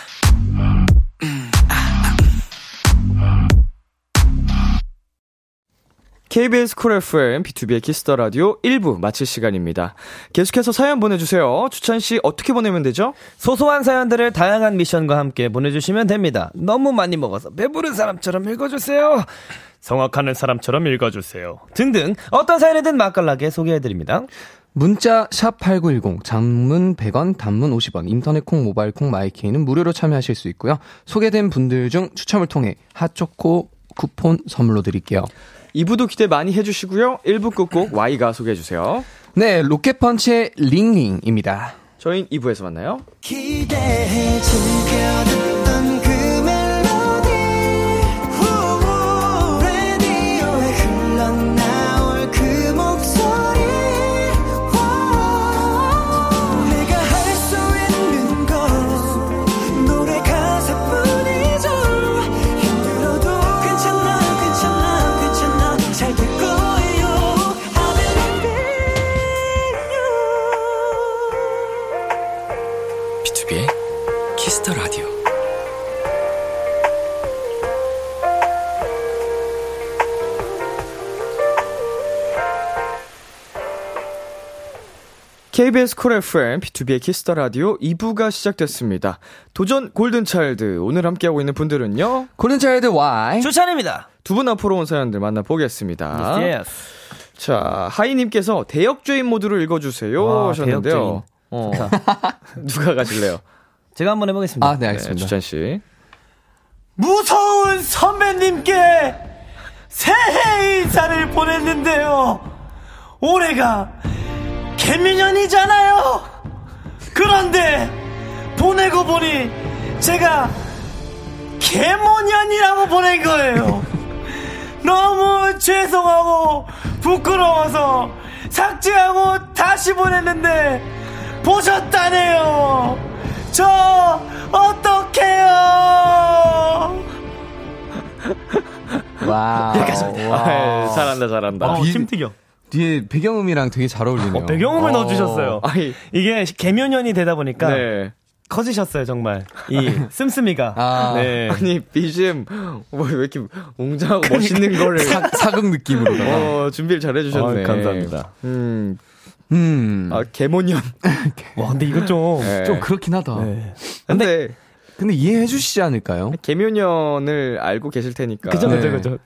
KBS 쿨 FM B2B의 키스터 라디오 1부 마칠 시간입니다. 계속해서 사연 보내주세요. 추찬 씨 어떻게 보내면 되죠? 소소한 사연들을 다양한 미션과 함께 보내주시면 됩니다. 너무 많이 먹어서 배부른 사람처럼 읽어주세요. 성악하는 사람처럼 읽어주세요. 등등 어떤 사연이든 맛깔나게 소개해드립니다. 문자 샵 8910 장문 100원 단문 50원 인터넷 콩 모바일 콩 마이케이는 무료로 참여하실 수 있고요. 소개된 분들 중 추첨을 통해 핫초코 쿠폰 선물로 드릴게요. 2부도 기대 많이 해주시고요. 1부 끝곡 Y가 소개해주세요. 네, 로켓펀치의 링링입니다. 저희는 2부에서 만나요. 기대해 즐겨 듣던 그 멜로디 후, 라디오에 흘러나올 그 목소리 와, 내가 할 수 있는 건 노래 가사뿐이죠 힘들어도 괜찮아 괜찮아 괜찮아 잘 될 거예요 I believe in you B2B의 키스터 라디오. KBS 쿨 FM, B2B의 키스터 라디오 2부가 시작됐습니다. 도전 골든차일드. 오늘 함께하고 있는 분들은요. 골든차일드 Y. 추천입니다. 두 분 앞으로 온 사연들 어? 만나보겠습니다. 자, 하이님께서 대역죄인 모드로 읽어주세요. 와, 하셨는데요. 대역죄인. 어. 누가 가실래요? 제가 한번 해보겠습니다. 아, 네, 네, 알겠습니다. 주찬씨. 무서운 선배님께 새해 인사를 보냈는데요. 올해가 개미년이잖아요. 그런데 보내고 보니 제가 개모년이라고 보낸 거예요. 너무 죄송하고 부끄러워서 삭제하고 다시 보냈는데 보셨다네요. 저 어떡해요? 와. 네. 아, 잘한다, 잘한다. 어, 비- 침튀겨. 뒤에 배경음이랑 되게 잘 어울리네요. 어, 배경음을 넣어주셨어요. 아이, 이게 개면연이 되다 보니까 네. 커지셨어요 정말 이 씀씀이가. 아. 네. 아니, BGM, 뭐, 왜 이렇게 그러니까. 웅장하고 멋있는 거를. 사, 사극 느낌으로다가. 어, 준비를 잘 해주셨네. 어, 감사합니다. 음, 음. 아, 개모년. 와 근데 이거 좀 네. 좀 그렇긴 하다. 네. 근데, 근데 이해해 주시지 않을까요? 개묘년을 알고 계실 테니까. 그죠 네. 그죠 그죠.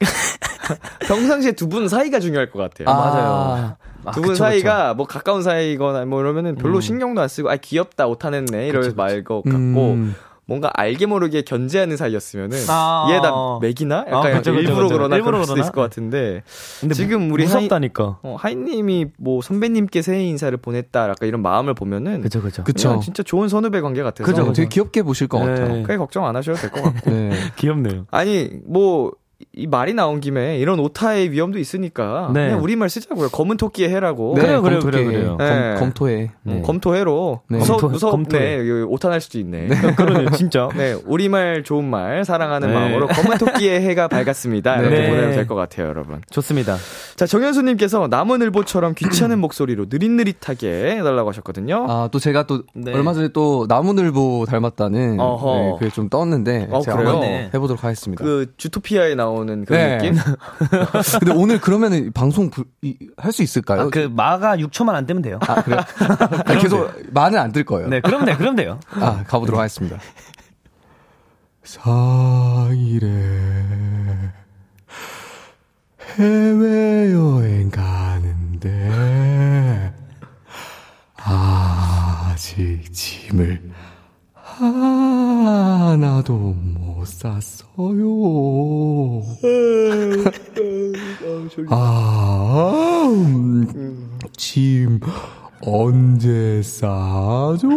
평상시에 두 분 사이가 중요할 것 같아요. 맞아요. 두 분 사이가 뭐 가까운 사이거나 뭐 이러면은 별로 신경도 안 쓰고 아 귀엽다 오타냈네 이럴 말것 같고 음. 뭔가 알게 모르게 견제하는 사이였으면은 아. 얘 나 맥이나 약간 그쵸, 그쵸, 일부러 그쵸. 그러나 일부러 그럴 수도 그러나? 있을 것 같은데 근데 지금 우리 하이, 무섭다니까. 어, 하이님이 뭐 선배님께 새해 인사를 보냈다 약간 이런 마음을 보면은 그죠 그죠. 그쵸. 그냥 진짜 좋은 선후배 관계 같아서 그죠. 되게 귀엽게 보실 것 같아요. 네. 크게 걱정 안 하셔도 될 것 같고 네. 귀엽네요. 아니 뭐 이 말이 나온 김에 이런 오타의 위험도 있으니까 네. 그냥 우리말 쓰자고요 검은 토끼의 해라고 네, 어, 그래요, 그래요, 검토해. 그래요, 그래요. 네. 검, 토해 음, 검토해로 네. 무서 검토- 무서 검토해. 네, 이거 오탄할 수도 있네. 그러네요 진짜. 네, 우리말 좋은 말 사랑하는 네. 마음으로 검은 토끼의 해가 밝았습니다. 이렇게 네. 보내면 될 것 같아요, 여러분. 좋습니다. 자, 정현수님께서 나무늘보처럼 귀찮은 목소리로 느릿느릿하게 해달라고 하셨거든요. 아, 또 제가 또 네. 얼마 전에 또 나무늘보 닮았다는 어허. 네, 그게 좀 떴는데 어, 제가 그래요? 한번 네. 해보도록 하겠습니다. 그 주토피아에 나오는 그런 네. 느낌. 아, 근데 오늘 그러면 방송 할 수 있을까요? 아, 그 마가 6초만 안 뜨면 돼요. 아, 그래요? 아니, 계속 말은 안 들 거예요. 네 그럼 돼 그럼 돼요. 아, 가보도록 하겠습니다. 사일에 해외여행 가는데 아직 짐을 하나도 못 샀어요. 아, 음, 짐 언제 싸죠?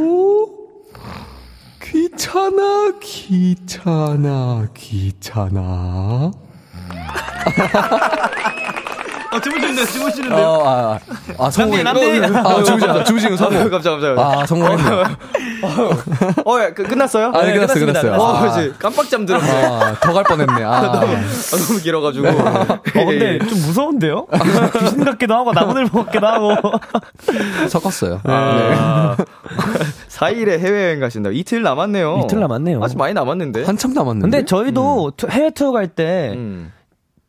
귀찮아, 귀찮아, 귀찮아. 아 주무시는데 주무시는데. 어, 아, 아, 성공. 남대, 남대. 아, 주무시는, 주무시는 깜짝 성공. 깜짝 깜짝. 아, 성공했네. 어, 야, 그, 끝났어요? 아, 네, 끝났어요, 끝났어요. 어, 아. 이제 깜빡 잠들었네. 아. 아, 더 갈 뻔했네. 아, 너무 길어가지고. 예, 어, 근데 좀 무서운데요? 귀신 같기도 하고 나무늘보 같기도 하고. 섞었어요. 네. 아, 4일에 해외여행 가신다. 이틀 남았네요. 이틀 남았네요. 아직 많이 남았는데. 한참 남았는데. 근데 저희도 투- 해외 투어 갈 때 음.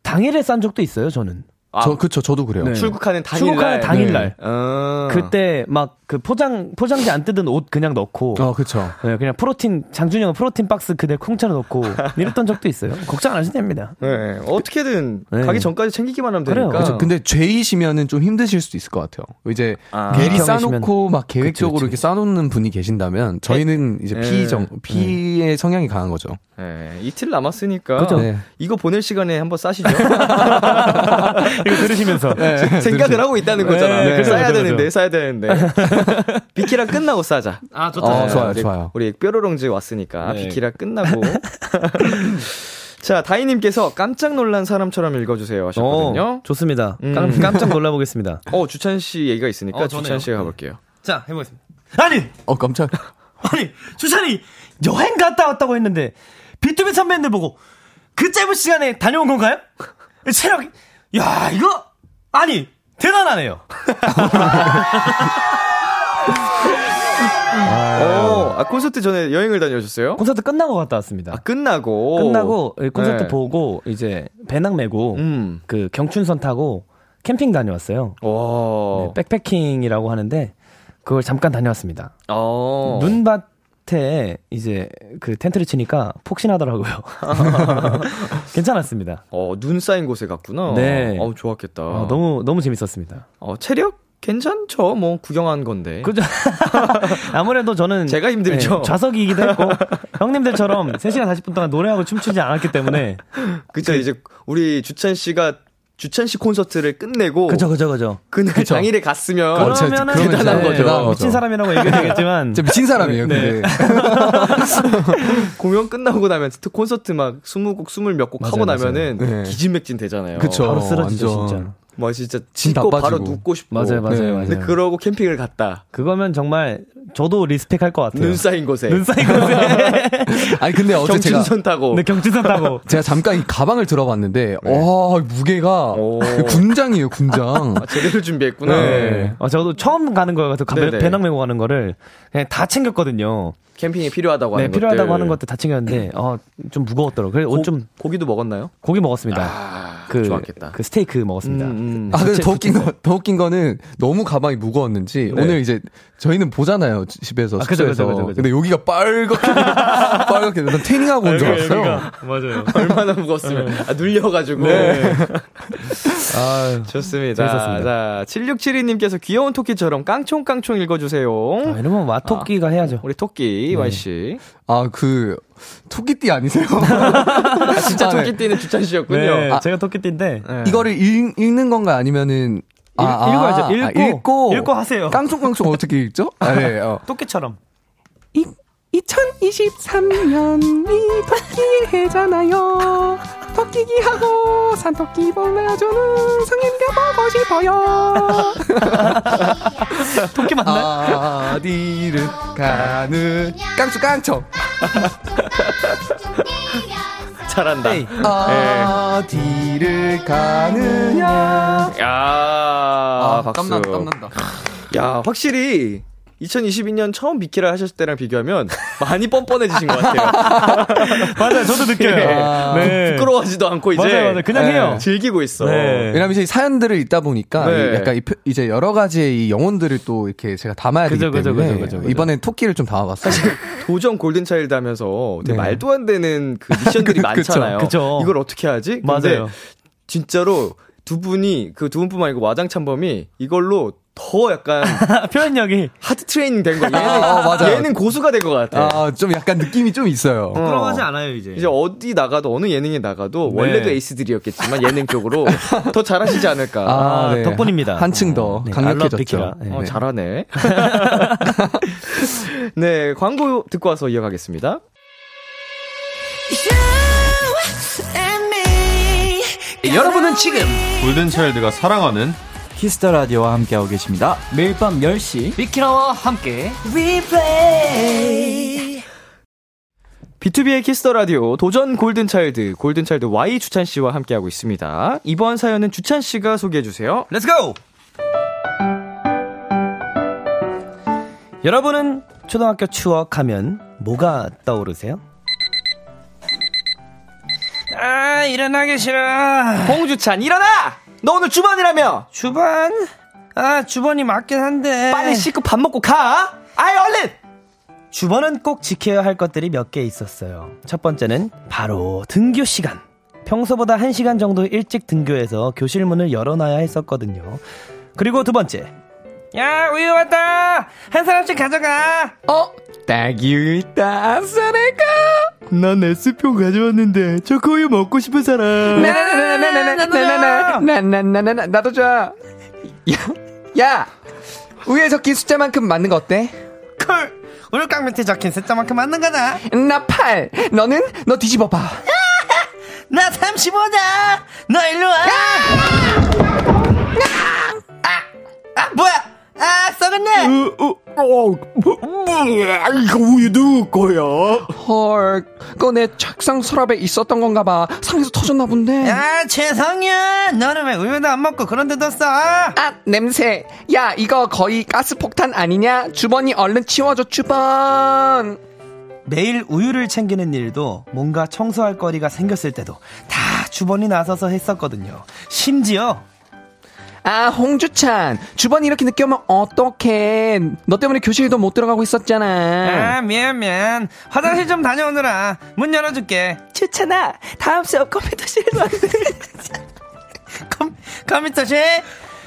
당일에 싼 적도 있어요. 저는 네. 아, 저, 그쵸, 저도 그래요. 출국하는 당일날. 네. 출국하는 당일날 네. 어. 그때 막 그 포장 포장지 안 뜯은 옷 그냥 넣고 어, 그쵸. 네, 그냥 프로틴 장준영 프로틴 박스 그대 콩차로 넣고 이랬던 적도 있어요. 걱정 안 하셔도 됩니다. 네, 어떻게든 네. 가기 전까지 챙기기만 하면 그래요. 되니까. 그쵸. 근데 죄이시면은 좀 힘드실 수도 있을 것 같아요. 이제 아. 미리 비평이시면- 싸놓고 막 계획적으로 그치, 그치. 이렇게 싸놓는 분이 계신다면 저희는 이제 예. 피정 예. 피의 성향이 강한 거죠. 네, 이틀 남았으니까 그죠. 네. 이거 보낼 시간에 한번 싸시죠. 이거 들으시면서 생각을 하고 있다는 거잖아. 네, 그죠, 싸야 그죠, 되는데, 그죠. 싸야 되는데. 비키라 끝나고 싸자. 아 어, 네, 좋아요, 이제 좋아요. 우리 뾰로롱즈 왔으니까 네. 비키라 끝나고. 자, 다희님께서 깜짝 놀란 사람처럼 읽어주세요 하셨거든요. 좋습니다. 음. 깜, 깜짝 놀라보겠습니다. 어, 주찬 씨 얘기가 있으니까 어, 저네요. 주찬 씨가 가볼게요. 자 해보겠습니다. 아니 어 깜짝. 아니 주찬이 여행 갔다 왔다고 했는데 비투비 선배님들 보고 그 짧은 시간에 다녀온 건가요? 체력 야 이거 아니 대단하네요. 네. 어, 아, 콘서트 전에 여행을 다녀오셨어요? 콘서트 끝나고 갔다 왔습니다. 아, 끝나고. 끝나고 예, 콘서트 네. 보고 이제 배낭 메고 음. 그 경춘선 타고 캠핑 다녀왔어요. 와. 네, 백패킹이라고 하는데 그걸 잠깐 다녀왔습니다. 아, 어. 눈밭에 이제 그 텐트를 치니까 폭신하더라고요. 괜찮았습니다. 어, 눈 쌓인 곳에 갔구나. 네. 어우, 좋았겠다. 어, 너무 너무 재밌었습니다. 어, 체력 괜찮죠. 뭐 구경한 건데. 그죠? 아무래도 저는 제가 힘들죠. 네, 좌석이기도 했고 형님들처럼 3시간 40분 동안 노래하고 춤추지 않았기 때문에 그쵸 이제 우리 주찬 씨가 주찬 씨 콘서트를 끝내고 그죠 그죠 그죠. 그날 당일에 갔으면 그렇죠. 제- 그러면은 그러면 대단한 진짜 거죠. 대단한 거죠. 미친 사람이라고 얘기해되겠지 만 진짜 미친 사람이에요, 네. 근데. 공연 끝나고 나면 특 콘서트 막 20곡 20몇 곡 하고 맞아요. 나면은 네. 기진맥진 되잖아요. 그쵸. 바로 쓰러지죠, 완전. 진짜. 뭐 진짜 진다 씻고 바로 빠지고. 눕고 싶고. 맞아요, 맞아요, 네. 맞아요. 근데 그러고 캠핑을 갔다. 그거면 정말 저도 리스펙할 것 같아요. 눈 쌓인 곳에. 네. 눈 쌓인 네. 곳에. 아니, 근데 어제 제가, 경춘선 타고. 근데 경치선 타고. 제가 잠깐 이 가방을 들어봤는데, 네. 와, 무게가 그 오. 군장이에요, 군장. 아, 제대로 준비했구나. 네. 어, 저도 처음 가는 거여서 가- 네네. 배낭 메고 가는 거를 그냥 다 챙겼거든요. 캠핑이 필요하다고 네, 하는 필요하다고 것들. 하는 것들 다 챙겼는데 어, 좀 무거웠더라고요. 그래서 옷 좀 고, 기도 먹었나요? 고기 먹었습니다. 아, 그, 좋았겠다. 그 스테이크 먹었습니다. 음, 음. 아, 근데 더 웃긴 거, 더 웃긴 거는 너무 가방이 무거웠는지 오늘 이제 저희는 보잖아요 지- 집에서 네. 아, 그죠, 숙소에서. 그죠, 그죠, 아, 그죠. 근데 여기가 빨갛게 빨갛게 난 태닝하고 온 줄 음. 알았어요. 맞아요. 얼마나 네. 무거웠으면 아, 눌려가지고. 아유. 좋습니다. 네. 재밌었습니다. 자, 7672님께서 귀여운 토끼처럼 깡총깡총 읽어주세요. 아, 네. 이러면 와토끼가 해야죠. 우리 토끼, 완씨. 아 그 토끼띠 아니세요? 진짜 아, 네. 토끼띠는 주찬 씨였군요. 네, 아. 제가 토끼띠인데 네. 이거를 읽, 는 건가 아니면은 아, 아, 읽어야죠. 아, 읽고, 읽고 읽고 하세요. 깡총깡총 어떻게 읽죠? 아, 네, 어. 토끼처럼. 2023년이 토끼 해잖아요. 토끼기 하고 산토끼 보내주는 승인가 보고 싶어요. 토끼 맞나요? 어디를 가는 깡총 깡총 아, 잘한다. 아. 예. 어디를 가느냐 야 아, 아, 박수. 땀나 땀난다 야, 확실히 2022년 처음 비키라 하셨을 때랑 비교하면 많이 뻔뻔해지신 것 같아요. 맞아요. 저도 느껴요. 아. 네. 부끄러워하지도 않고 이제. 맞아요, 맞아요. 그냥 네. 해요. 즐기고 있어. 네. 왜냐면 이제 이 사연들을 읽다 보니까 네. 이 약간 이 표- 이제 여러 가지의 이 영혼들을 또 이렇게 제가 담아야 되기 그죠, 그죠, 때문에 그죠, 그죠, 그죠. 이번엔 토끼를 좀 담아봤어요. 도전 골든차일드 하면서 되게 네. 말도 안 되는 그 미션들이 많잖아요. 그쵸. 이걸 어떻게 하지? 근데 맞아요. 진짜로 두 분이 그 두 분뿐만 아니고 와장참범이 이걸로 더 약간 아, 표현력이. 하트 트레이닝 된 거. 얘는, 아, 어, 맞아요. 얘는 고수가 된 것 네. 같아. 아, 좀 약간 느낌이 좀 있어요. 어. 부끄러워하지 않아요, 이제. 이제 어디 나가도 어느 예능에 나가도 네. 원래도 에이스들이었겠지만 예능 쪽으로 더 잘하시지 않을까. 아, 덕분입니다. 네. 한층 더 네, I love 강력해졌죠. 비키라. 네. 어, 잘하네. 네, 광고 듣고 와서 이어가겠습니다. 여러분은 지금 골든차일드가 사랑하는 키스터 라디오와 함께하고 계십니다. 매일 밤 10시 비키라와 함께 B2B의 키스터 라디오 도전 골든차일드 골든차일드 Y 주찬 씨와 함께하고 있습니다. 이번 사연은 주찬 씨가 소개해 주세요. 렛츠고! 여러분은 초등학교 추억하면 뭐가 떠오르세요? 아, 일어나기 싫어. 홍주찬 일어나! 너 오늘 주말이라며! 주반? 아, 주번이 맞긴 한데. 빨리 씻고 밥 먹고 가! 아이 얼른! 주번은 꼭 지켜야 할 것들이 몇 개 있었어요. 첫 번째는 바로 등교 시간. 평소보다 1시간 정도 일찍 등교해서 교실 문을 열어놔야 했었거든요. 그리고 두 번째. 야, 우유 왔다! 한 사람씩 가져가! 어? 딱유 따스레가 난 S표 가져왔는데 초코우유 먹고 싶은 사람 나나나나나나나나나나 나도 줘. 야, 야, 우유에 적힌 숫자만큼 맞는 거 어때? 콜! 우유 깡 밑에 적힌 숫자만큼 맞는 거다! 나 8. 너는 너 뒤집어 봐. 나 35다! 너 일로 와! 아! 아, 뭐야! 아, 썩었네! 헐, 그거 내 책상 서랍에 있었던 건가 봐. 상에서 터졌나 본데. 아, 최성윤! 너는 왜 우유도 안 먹고 그런 데 뒀어? 아, 냄새. 야, 이거 거의 가스폭탄 아니냐? 주번이 얼른 치워줘, 주번. 매일 우유를 챙기는 일도 뭔가 청소할 거리가 생겼을 때도 다 주번이 나서서 했었거든요. 심지어 아, 홍주찬. 주번이 이렇게 늦게 오면 어떡해. 너 때문에 교실도 못 들어가고 네. 있었잖아. 아, 미안, 미안. 화장실 좀 다녀오느라. 문 열어줄게. 추천아, 다음 수업 컴퓨터실로 왔는데. 컴, 컴퓨터실?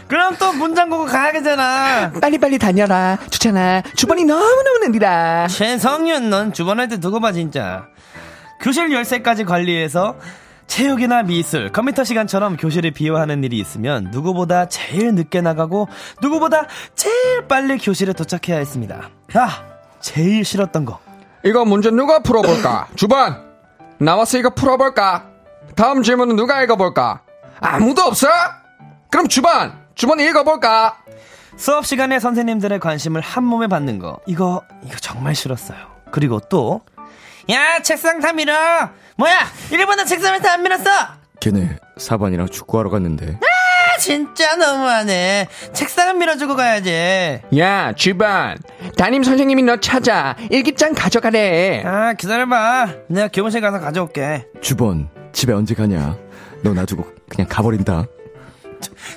그럼 또 문 잠그고 가야겠잖아. 빨리빨리 다녀라. 주찬아. 주번이 너무너무 느리다. 최성윤, 넌 주번한테 두고 봐, 진짜. 교실 열쇠까지 관리해서 체육이나 미술, 컴퓨터 시간처럼 교실을 비워하는 일이 있으면 누구보다 제일 늦게 나가고 누구보다 제일 빨리 교실에 도착해야 했습니다. 아, 제일 싫었던 거. 이거 문제 누가 풀어볼까? 주번! 나와서 이거 풀어볼까? 다음 질문은 누가 읽어볼까? 아무도 없어? 그럼 주번! 주번이 읽어볼까? 수업 시간에 선생님들의 관심을 한 몸에 받는 거. 이거 이거 정말 싫었어요. 그리고 또 야, 책상 다 밀어. 뭐야? 1번은 책상에서 안 밀었어. 걔네 4반이랑 축구하러 갔는데 아, 진짜 너무하네. 책상은 밀어주고 가야지. 야, 주번! 담임 선생님이 너 찾아. 일기장 가져가래. 아, 기다려봐. 내가 교무실 가서 가져올게. 주번 집에 언제 가냐 너 놔두고 그냥 가버린다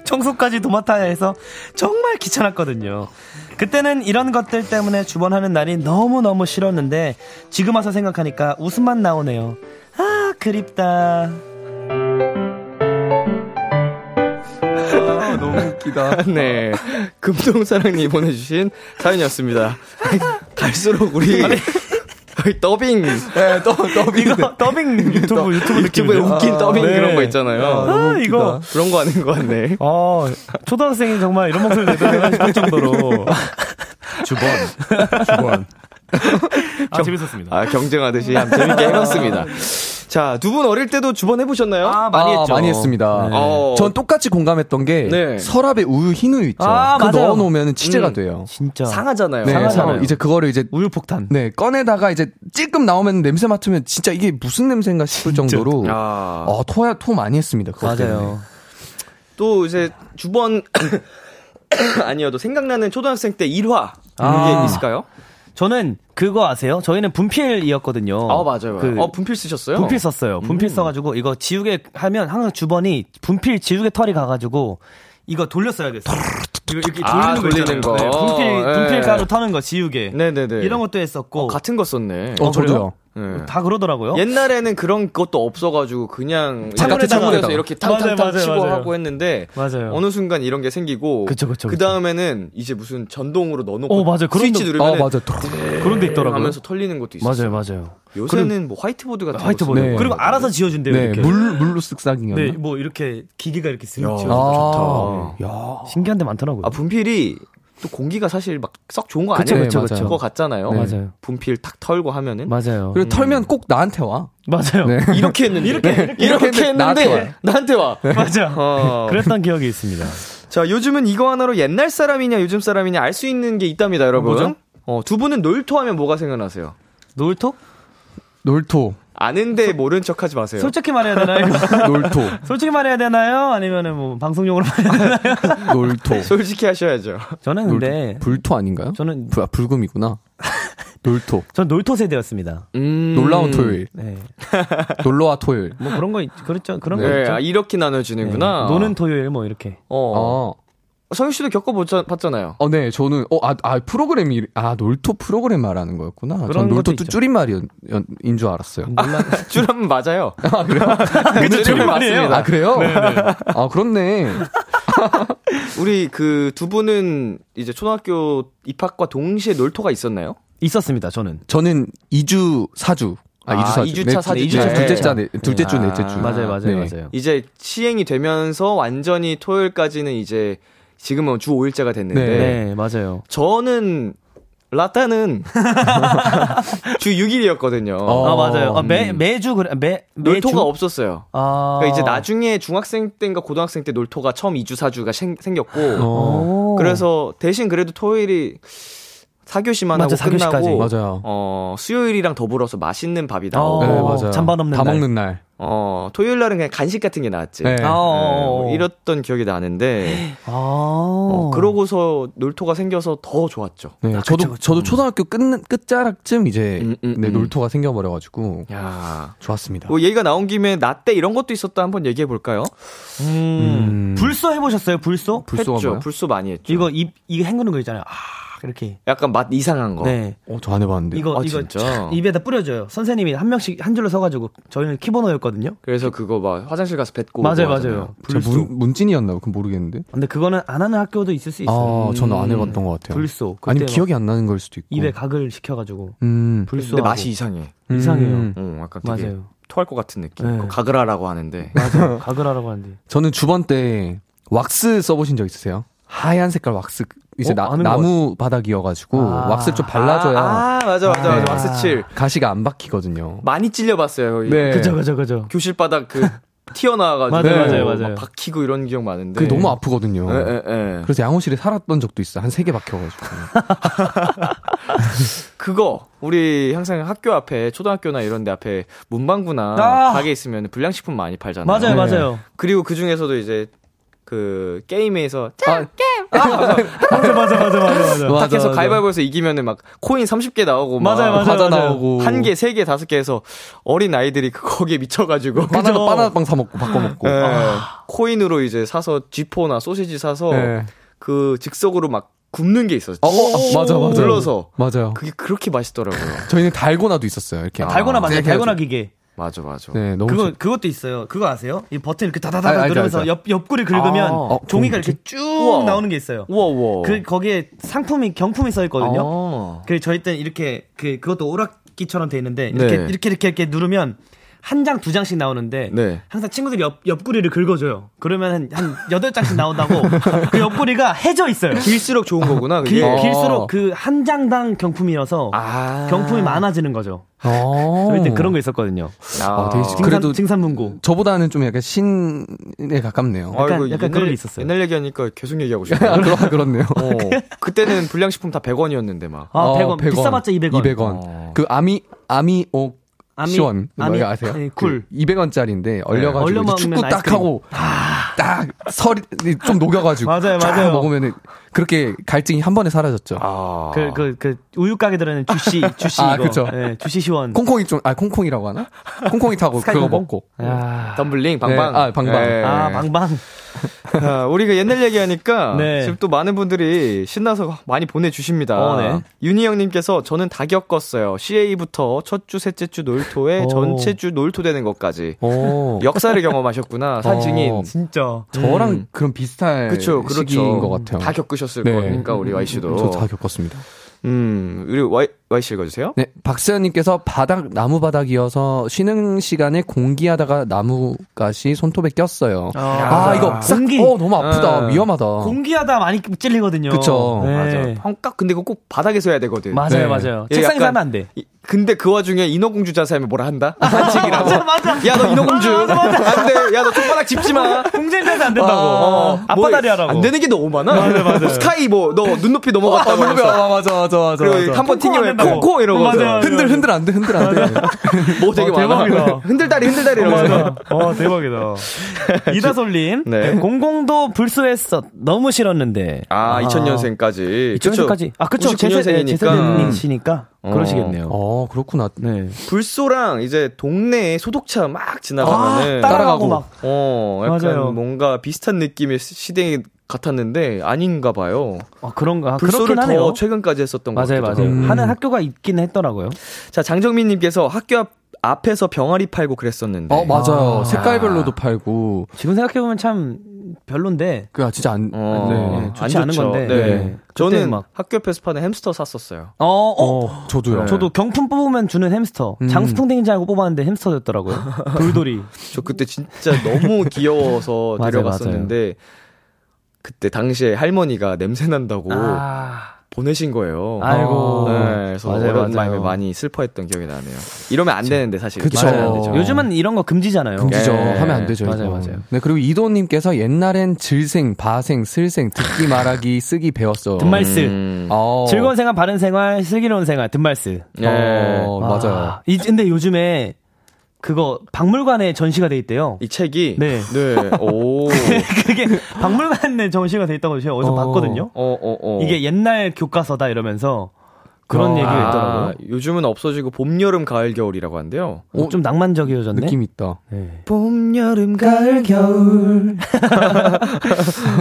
청소까지 도맡아야 해서 정말 귀찮았거든요. 그때는 이런 것들 때문에 주번하는 날이 너무너무 싫었는데 지금 와서 생각하니까 웃음만 나오네요. 아, 그립다. 너무 웃기다. 네 금동사랑님 보내주신 사연이었습니다 갈수록 우리 더빙 네, 또, 더빙. 이거 더빙 유튜브 유튜브 유튜브에 느낌이죠. 아, 웃긴 더빙 네. 그런 거 있잖아요 아, 이거 그런 거 하는 거 같네 어, 초등학생이 정말 이런 목소리 내도 싶을 정도로. 아, 주번 주번 아, 재밌었습니다. 아 경쟁하듯이 재밌게 해봤습니다 자 두 분 어릴 때도 주번 해보셨나요? 아, 아, 많이 했습니다. 네. 어, 전 똑같이 공감했던 게 네. 서랍에 우유 흰 우유 있죠. 아, 그거 맞아요. 넣어놓으면 치재가 음. 돼요. 진짜. 상하잖아요. 네, 상하잖아요. 서랍. 이제 그거를 이제 우유 폭탄. 네 꺼내다가 이제 찔끔 나오면 냄새 맡으면 진짜 이게 무슨 냄새인가 싶을 정도로 아. 어 토야 토 많이 했습니다. 그것 때문에. 맞아요. 어, 또 이제 주번 아니어도 생각나는 초등학생 때 일화 이게 아. 있을까요? 저는 그거 아세요? 저희는 분필이었거든요. 그 어 분필 쓰셨어요? 음. 분필 썼어요. 분필 써가지고 이거 지우개 하면 항상 주번이 분필 지우개 털이 가가지고 이거 돌려 써야 됐어요. 이거 이렇게 돌리는 아, 거 돌리는 있잖아요. 거. 네, 네. 분필 분필 가루 터는 거 지우개. 네네네. 이런 것도 했었고 어, 같은 거 썼네. 어, 저도요. 네. 뭐 다 그러더라고요. 옛날에는 그런 것도 없어가지고 그냥 창문에다가. 창문에서 이렇게 맞아요, 탕탕탕 맞아요, 치고 맞아요. 하고 했는데 맞아요. 어느 순간 이런 게 생기고 그쵸, 그쵸, 그 그쵸. 다음에는 이제 무슨 전동으로 넣어놓고 어, 맞아요. 그런 스위치 거- 누르면 아 맞아. 토. 네. 그런 데 있더라고요. 하면서 털리는 것도 있어요. 맞아요, 맞아요. 요새는 뭐 화이트보드 같은 아, 화이트보드. 거 네. 그리고 알아서 지워준대요. 네 이렇게. 물, 물로 쓱싹이었나? 네, 뭐 이렇게 기계가 이렇게 쓰는 쓰- 거. 아, 좋다. 신기한 데 많더라고요. 어. 아 분필이 또 공기가 사실 막 썩 좋은 거 그쵸, 아니에요? 그쵸, 네, 그쵸. 맞아요. 그거 같잖아요. 네. 맞아요. 분필 탁 털고 하면은 맞아요. 그리고 음. 털면 꼭 나한테 와. 맞아요. 네. 이렇게 했는데 이렇게 이렇게 했는데 나한테 했는데 와. 나한테 와. 맞아. 어. 그랬던 기억이 있습니다. 자 요즘은 이거 하나로 옛날 사람이냐 요즘 사람이냐 알 수 있는 게 있답니다, 여러분. 뭐죠? 어, 두 분은 놀토하면 뭐가 생각나세요? 놀토? 놀토, 아는데 모른 척하지 마세요. 솔직히 말해야 되나요? 이거? 놀토, 솔직히 말해야 되나요? 아니면은 뭐 방송용으로 말해야 되나요? 놀토. 솔직히 하셔야죠. 저는 네, 근데 불토 아닌가요? 저는 불, 아, 불금이구나. 놀토. 전 놀토 세대였습니다. 음. 놀라운 토요일. 네. 놀러와 토요일. 뭐 그런 거 있, 그렇죠. 그런 거 네, 있죠. 아, 이렇게 나눠지는구나. 네. 노는 토요일 아. 뭐 이렇게. 어. 어. 성유 씨도 겪어봤잖아요. 어, 네, 저는, 어, 아, 아, 프로그램이, 아, 놀토 프로그램 말하는 거였구나. 전 것도 놀토 있죠. 줄임말인 줄 음. 알았어요. 줄하면 맞아요. 네, 네, 놀토 줄임말이에요? 아, 그래요? 아, 그렇네. 우리 그 두 분은 이제 초등학교 입학과 동시에 놀토가 있었나요? 있었습니다. 저는. 저는 2주, 4주. 아, 아, 2주, 4주. 이주차, 사주차. 네, 둘째 자, 네. 네, 둘째 주, 아, 넷째 주. 맞아요, 맞아요, 네. 맞아요. 이제 시행이 되면서 완전히 토요일까지는 이제 지금은 주 5일째가 됐는데 네. 네, 맞아요. 저는 라따는 주 6일이었거든요. 어, 아, 맞아요. 아, 매, 음. 매주, 그래, 매, 매주. 놀토가 없었어요. 아. 그러니까 이제 나중에 중학생 때인가 고등학생 때 놀토가 처음 2주, 4주가 생, 생겼고 어. 오. 그래서 대신 그래도 토요일이 4교시만 맞아, 하고 4교시 까지. 끝나고 맞아요. 어, 수요일이랑 더불어서 맛있는 밥이 나오고 네, 맞아요. 찬반 없는 다 날. 먹는 날. 어, 토요일 날은 그냥 간식 같은 게 나왔지. 네. 아, 아, 네, 어, 어. 뭐 이랬던 기억이 나는데 어, 그러고서 놀토가 생겨서 더 좋았죠. 아, 네, 저도 저도 초등학교 끝 끝자락쯤 이제 음, 음, 네, 음. 놀토가 생겨버려가지고 야. 좋았습니다. 뭐 얘기가 나온 김에 나 때 이런 것도 있었다 한번 얘기해 볼까요? 음. 불소 해보셨어요? 불소? 불소가 했죠. 뭐요? 불소 많이 했죠. 이거 입 이거 헹구는 거 있잖아요. 아 이렇게. 약간 맛 이상한 거. 네. 어, 저 안 해봤는데. 이거 아, 이거 진짜? 입에다 뿌려줘요. 선생님이 한 명씩 한 줄로 서가지고 저희는 키보너였거든요. 그래서 그거 막 화장실 가서 뱉고 맞아요, 오고 뭐, 하잖아요. 맞아요. 저 문, 문진이었나? 그건 모르겠는데. 근데 그거는 안 하는 학교도 있을 수 있어요. 음, 아, 저는 안 해봤던 것 같아요. 불소. 그때 아니면 막 기억이 안 나는 걸 수도 있고. 입에 각을 시켜가지고 음. 불소. 근데 맛이 이상해. 이상해요. 어, 약간 되게 맞아요. 토할 것 같은 느낌. 네. 그거 가그라라고 하는데. 맞아요. 각을 하라고 하는데. 저는 주번 때 왁스 써보신 적 있으세요? 하얀 색깔 왁스 이제 어? 나, 아는 것 나무 바닥이어가지고 아. 왁스 좀 발라줘야 아, 아, 맞아, 맞아, 맞아. 아. 왁스칠. 가시가 안 박히거든요. 많이 찔려봤어요. 거기. 그죠 그죠 그죠. 네. 교실 바닥 그 튀어나와가지고 네. 맞아요, 맞아요, 막 맞아요. 박히고 이런 기억 많은데. 네. 그게 너무 아프거든요. 예, 예, 예. 그래서 양호실에 살았던 적도 있어. 한 세 개 박혀가지고. 그거 우리 항상 학교 앞에 초등학교나 이런 데 앞에 문방구나 아. 가게 있으면 불량식품 많이 팔잖아요. 네. 맞아요 맞아요. 그리고 그 중에서도 이제 그 게임에서 아, 맞아 맞아 맞아 맞아 맞아. 맞아, 밖에서 맞아. 가위바위보에서 이기면은 막 코인 30개 나오고 막 맞아요, 맞아요. 과자 나오고 한 개, 세 개, 다섯 개 해서 어린 아이들이 그- 거기에 미쳐가지고 바나나 바나나 빵 사 먹고 바꿔 아. 먹고. 아. 예. 코인으로 이제 사서 쥐포나 소시지 사서 예. 그 즉석으로 막 굽는 게 있었어요. 어, 어, 맞아 맞아. 눌러서 맞아요. 그게 그렇게 맛있더라고요. 저희는 달고나도 있었어요. 이렇게. 달고나 맞아요. 이렇게 달고나 해가지고. 기계. 맞아 맞아. 네, 너무. 그거 좋- 그것도 있어요. 그거 아세요? 이 버튼 이렇게 아, 다다다다 알죠, 누르면서 알죠. 옆 옆구리 긁으면 어, 종이가 뭐지? 이렇게 쭉 우와. 나오는 게 있어요. 우와 우와. 그 거기에 상품이 경품이 써 있거든요. 아. 그래서 저희 때는 이렇게 그 그것도 오락기처럼 돼 있는데 네. 이렇게 이렇게 이렇게 이렇게 누르면 한 장 두 장씩 나오는데 네. 항상 친구들이 옆 옆구리를 긁어줘요. 그러면 한한 여덟 장씩 나온다고 그 옆구리가 해져 있어요. 길수록 좋은 거구나. 길, 그게. 길수록 그 한 장당 경품이어서 아. 경품이 많아지는 거죠. 어. 저희 때 그런 거 있었거든요. 아, 되게 시- 증산, 그래도 증산문고. 저보다는 좀 약간 신에 가깝네요. 아이고, 약간- 약간 그런 게 있었어요. 옛날 얘기하니까 계속 얘기하고 싶어요. 아, 그러, 그렇네요. 어, 그때는 불량식품 다 100원이었는데 막. 아, 어, 100원. 비싸봤자 200원. 어. 200원. 그 아미 아미옥 아미- 시원. 그 아미- 아미, 아세요? 아니, 예, 굴. 네. 200원짜리인데 얼려가지고 얼려 이제 먹으면 축구 딱 아이스크림. 하고 딱 설이 좀 녹여가지고 맞아요, 쫙 맞아요. 먹으면은 그렇게 갈증이 한 번에 사라졌죠. 아. 그, 그, 그, 우유 가게 들어는 주시, 주시 아, 이거. 그쵸. 예, 음. 주시 시원. 콩콩이 좀 아 콩콩이라고 하나? 콩콩이 타고 그거 먹고 덤블링 방방. 네, 아, 방방. 예. 아, 방방. 아, 우리 그 옛날 얘기하니까 네. 지금 또 많은 분들이 신나서 많이 보내주십니다. 어, 네. 윤희 형님께서 저는 다 겪었어요. CA부터 첫 주, 셋째 주 놀토에 오. 전체 주 놀토 되는 것까지. 어. 오. 역사를 경험하셨구나. 산증인. 네. 어. 진짜. 저랑 어. 음. 그런 비슷한 네, 그쵸, 그렇죠. 시기인 것 같아요. 다 겪으셨을 네. 거니까, 우리 Y씨도. 저 다 겪었습니다. 음, 우리 Y, Y씨 읽어주세요. 네, 박세현님께서 바닥 나무 바닥이어서 쉬는 시간에 공기하다가 나무가시 손톱에 꼈어요. 아, 이거 싹, 공기. 어 너무 아프다 아. 위험하다. 공기하다 많이 찔리거든요. 그쵸. 네. 맞아. 헝깍, 근데 그거 꼭 바닥에서 해야 되거든. 맞아요, 네. 맞아요. 예, 책상에서 약간 하면 안 돼. 이- 근데 그 와중에 인어공주 자세하면 뭐라 한다? 반칙이라고. 맞아, 맞아. 야, 너 인어공주. 맞아, 맞아, 맞아. 안 돼. 야, 너 손바닥 짚지 마. 공쟁자에서 안 된다고. 어, 아, 뭐, 빠 다리 하라고. 안 되는 게 너무 많아. 뭐 스카이 뭐, 너 눈높이 넘어갔다고. 아, 하면서. 맞아 맞아 맞아 맞아. 그리고 맞아. 한 번 콩콩 안 튕기면 된다고. 콩콩 이러고. 맞아, 맞아. 흔들 흔들 안 돼 흔들 안 돼. 뭐 되게 어, 많아. 대박이다. 흔들다리, 흔들다리 어, 이러면서. 맞아. 어, 대박이다. 이다솔님. 네. 공공도 불소했어. 너무 싫었는데. 아, 2000년생까지. 2000년까지. 아, 그쵸. 제 세대, 제 50년생이니까. 세대이시니까. 어. 그러시겠네요. 어 그렇구나. 네. 불소랑 이제 동네에 소독차 막 지나가면은. 아, 따라가고 막. 어, 약간 맞아요. 뭔가 비슷한 느낌의 시- 시대 같았는데 아닌가 봐요. 아, 그런가. 아, 불소를 그렇긴 하네요. 더 최근까지 했었던 것 맞아요, 같아요. 맞아요. 음. 하는 학교가 있긴 했더라고요. 자, 장정민님께서 학교 앞, 앞에서 병아리 팔고 그랬었는데. 어 맞아요. 아. 색깔별로도 팔고. 지금 생각해보면 참 별론데. 그 진짜 안. 어, 네. 네, 좋지 않은 건데. 네. 네. 저는 그때 막- 학교 앞에서 파는 햄스터 샀었어요. 어, 어. 어 저도요. 네. 저도 경품 뽑으면 주는 햄스터. 음. 장수풍뎅이인 줄 알고 뽑았는데 햄스터였더라고요. 돌돌이. 저 그때 진짜 너무 귀여워서 맞아요, 데려갔었는데 그때 당시에 할머니가 냄새 난다고 아. 보내신 거예요. 아이고. 네, 그래서 맞아요, 오랜만에 맞아요. 많이 슬퍼했던 기억이 나네요. 이러면 안 되는데 사실. 이렇게 그쵸. 하면 안 되죠. 어, 요즘은 이런 거 금지잖아요. 네. 금지죠. 예. 네. 하면 안 되죠. 맞아요, 이거. 맞아요. 네, 그리고 이도님께서 옛날엔 질생, 바생, 슬생, 듣기 말하기, 쓰기 배웠어. 아. 듣말쓸. 음, 어. 즐거운 생활, 바른 생활, 슬기로운 생활, 듣말스. 예. 어, 맞아요. 아, 이, 근데 요즘에 그거 박물관에 전시가 돼 있대요. 이 책이 네. 오. 어, 그게 박물관에 전시가 돼 있다고 제가 어디서 어. 봤거든요. 어, 어, 어. 이게 옛날 교과서다 이러면서 그런 어. 얘기가 아, 있더라고요. 요즘은 없어지고 봄, 여름, 가을, 겨울이라고 한대요. 어, 좀 낭만적이어졌네. 느낌 있다. 봄, 여름, 가을, 겨울.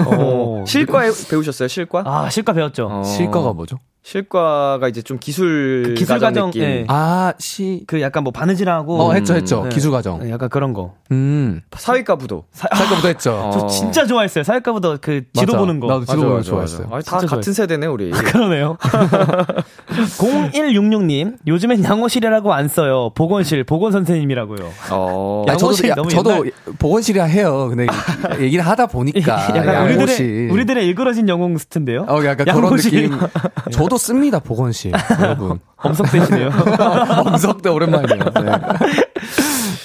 어. 어. 어, 실과에 배우셨어요, 실과? 아, 실과 배웠죠. 어, 실과가 뭐죠? 실과가 이제 좀 기술 그 기술 과정, 느낌. 예. 아, 시. 그 약간 뭐 바느질하고 어, 했죠, 했죠. 네. 기술과정. 네, 약간 그런 거. 음. 사회과 부도. 살까부터 했죠. 저 어. 진짜 좋아했어요. 사회과보다 그 지도 맞아. 보는 거. 나도 지도 맞아, 보는 거 맞아, 좋아했어요. 맞아. 아니, 다 진짜 같은 세대네 우리. 그러네요. 0166님, 요즘엔 양호실이라고 안 써요. 보건실, 보건선생님이라고요. 어. 아니, 저도, 양호실 야, 너무 저도 보건실이라 해요. 근데 얘기를 하다 보니까. 약간 우리들의, 그러니까 양호실. 우리들의 일그러진 영웅 스트인데요. 어, 약간 그런 양호실. 느낌. 저도 씁니다, 보건실. 여러분. 엄석대시네요. 엄석대 오랜만이에요. 네.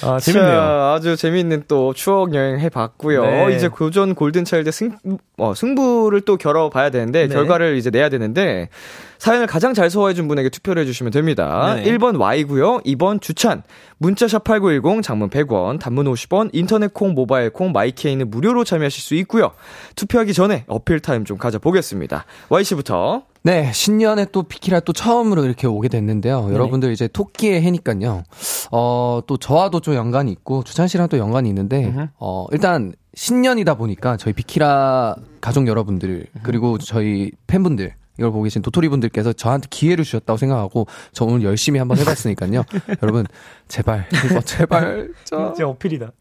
아, 재밌네요. 자, 아주 재미있는 또 추억 여행 해봤고요. 네. 이제 고전 골든차일드 승, 어, 승부를 또 겨뤄봐야 되는데, 네. 결과를 이제 내야 되는데, 사연을 가장 잘 소화해준 분에게 투표를 해주시면 됩니다. 네. 1번 Y고요 2번 주찬, 문자샵 8910, 장문 100원, 단문 50원, 인터넷 콩, 모바일 콩, 마이케이는 무료로 참여하실 수 있고요. 투표하기 전에 어필 타임 좀 가져보겠습니다. Y씨부터. 네, 신년에 또 비키라 또 처음으로 이렇게 오게 됐는데요. 여러분들 이제 토끼의 해니까요. 어, 또 저와도 좀 연관이 있고, 주찬 씨랑 또 연관이 있는데, 어, 일단 신년이다 보니까 저희 비키라 가족 여러분들, 그리고 저희 팬분들, 이걸 보고 계신 도토리 분들께서 저한테 기회를 주셨다고 생각하고, 저 오늘 열심히 한번 해봤으니까요. 여러분, 제발, 어, 제발, 저, 진짜 어필이다.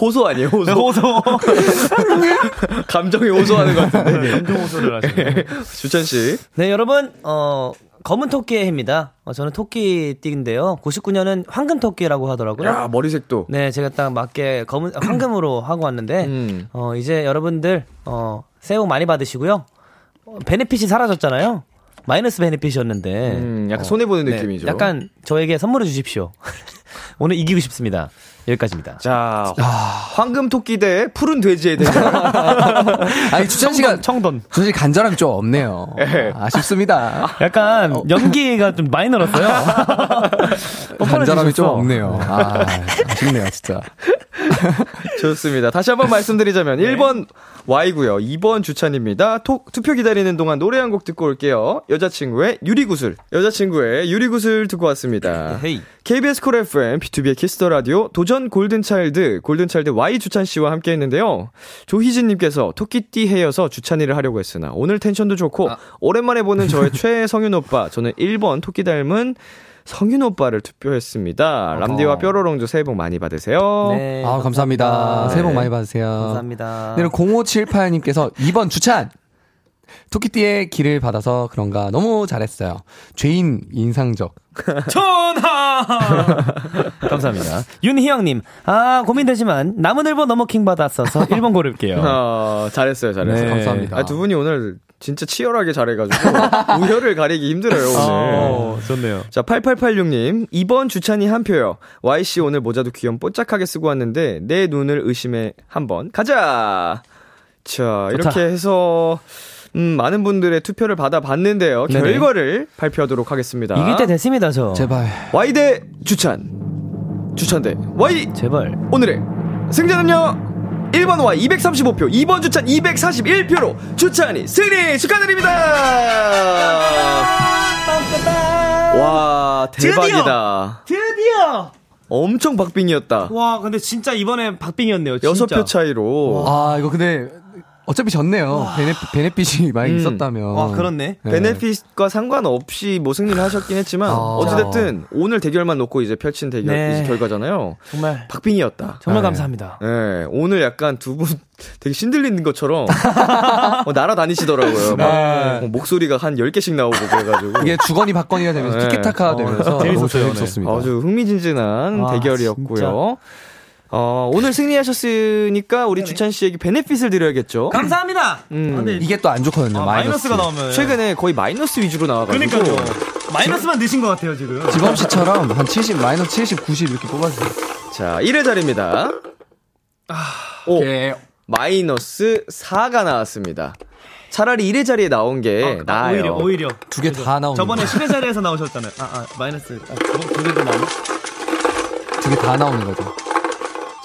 호소 아니에요, 네, 호소. 호소. 감정이 호소하는 것 같은데. 감정 호소를 하시네. 주찬씨. 네, 여러분, 어, 검은 토끼의 해입니다. 어, 저는 토끼띠인데요. 99년은 황금 토끼라고 하더라고요. 야, 머리색도. 네, 제가 딱 맞게 검은 아, 황금으로 하고 왔는데 음. 어 이제 여러분들 어 새해 복 많이 받으시고요. 어, 베네핏이 사라졌잖아요. 마이너스 베네핏이었는데 음, 약간 손해보는 네, 느낌이죠. 약간 저에게 선물해 주십시오. 오늘 이기고 싶습니다. 여기까지입니다. 자, 아. 황금 토끼 대 푸른 돼지에 대해 아니, 주찬 씨가, 청돈. 주찬 씨 간절함이 좀 없네요. 아쉽습니다. 어. 약간 연기가 좀 많이 늘었어요. 간절함이 좀 뻔뻔해지셨어. 없네요. 아, 아쉽네요, 진짜. 좋습니다. 다시 한번 네. 말씀드리자면 1번 Y고요. 2번 주찬입니다. 토- 투표 기다리는 동안 노래 한 곡 듣고 올게요. 여자친구의 유리구슬. 여자친구의 유리구슬 듣고 왔습니다. 헤이. KBS 콜 FM, B2B의 키스터 라디오, 도전 골든차일드, 골든차일드 Y 주찬 씨와 함께 했는데요. 조희진님께서 토끼띠 헤어서 주찬이를 하려고 했으나 오늘 텐션도 좋고, 오랜만에 보는 저의 최애 성윤 오빠, 저는 1번 토끼 닮은 성윤 오빠를 투표했습니다. 람디와 뾰로롱조 새해 복 많이 받으세요. 네. 아, 감사합니다. 새해 복 많이 받으세요. 감사합니다. 네, 0578님께서 2번 주찬! 토끼띠의 길을 받아서 그런가 너무 잘했어요. 죄인 인상적. 전하! 감사합니다. 윤희영님, 아, 고민되지만, 나무늘보 너무 킹 받았어서 1번 고를게요. 아, 잘했어요, 잘했어요. 네, 감사합니다. 아, 두 분이 오늘 진짜 치열하게 잘해가지고, 우열을 가리기 힘들어요, 오늘. 어, 좋네요. 자, 8886님. 이번 주찬이 한 표요. YC 오늘 모자도 귀염 뽀짝하게 쓰고 왔는데, 내 눈을 의심해 한번 가자! 자, 이렇게 좋다. 해서, 음, 많은 분들의 투표를 받아봤는데요. 네네. 결과를 발표하도록 하겠습니다. 이길 때 됐습니다, 저. 제발. Y 대 주찬. 주찬 대 Y! 제발. 오늘의 승자는요 1번 와 235표 2번 주찬 241표로 주찬이 승리 축하드립니다 와 대박이다 드디어! 엄청 박빙이었다 와, 근데 진짜 이번에 박빙이었네요. 진짜. 여섯 표 차이로 아, 이거 근데 어차피 졌네요. 베네, 베네핏이 많이 음. 있었다면. 와, 그렇네. 네. 베네핏과 상관없이 뭐 승리를 하셨긴 했지만 아. 어찌됐든 오늘 대결만 놓고 이제 펼친 대결 네. 이제 결과잖아요 정말, 박빙이었다 정말 네. 감사합니다. 네, 오늘 약간 두 분 되게 신들리는 것처럼 어, 날아다니시더라고요. 막 네. 어, 목소리가 한 10개씩 나오고 그래가지고. 이게 주거니 받거니가 되면서 네. 티키타카가 되면서 어, 재밌었어요, 너무 네. 재밌었습니다. 아주 흥미진진한 와, 대결이었고요. 어, 오늘 승리하셨으니까 우리 주찬 씨에게 베네핏을 드려야겠죠. 감사합니다. 음. 아, 근데 이게 또 안 좋거든요. 아, 마이너스. 마이너스가 나오면 최근에 거의 마이너스 위주로 나와가지고. 그러니까요. 마이너스만 넣으신 것 같아요 지금. 지범 씨처럼 한 70, 마이너스 70, 90 이렇게 뽑아주세요. 자, 1회 자리입니다. 아, 오, 예, 마이너스 4가 나왔습니다. 차라리 1회 자리에 나온 게 네, 나아요. 오히려 오히려 두 개 다 나오는 저번에 10회 자리에서 나오셨잖아요. 아, 아 마이너스 아, 두 개도 나오네. 두개 다 나오는 거죠.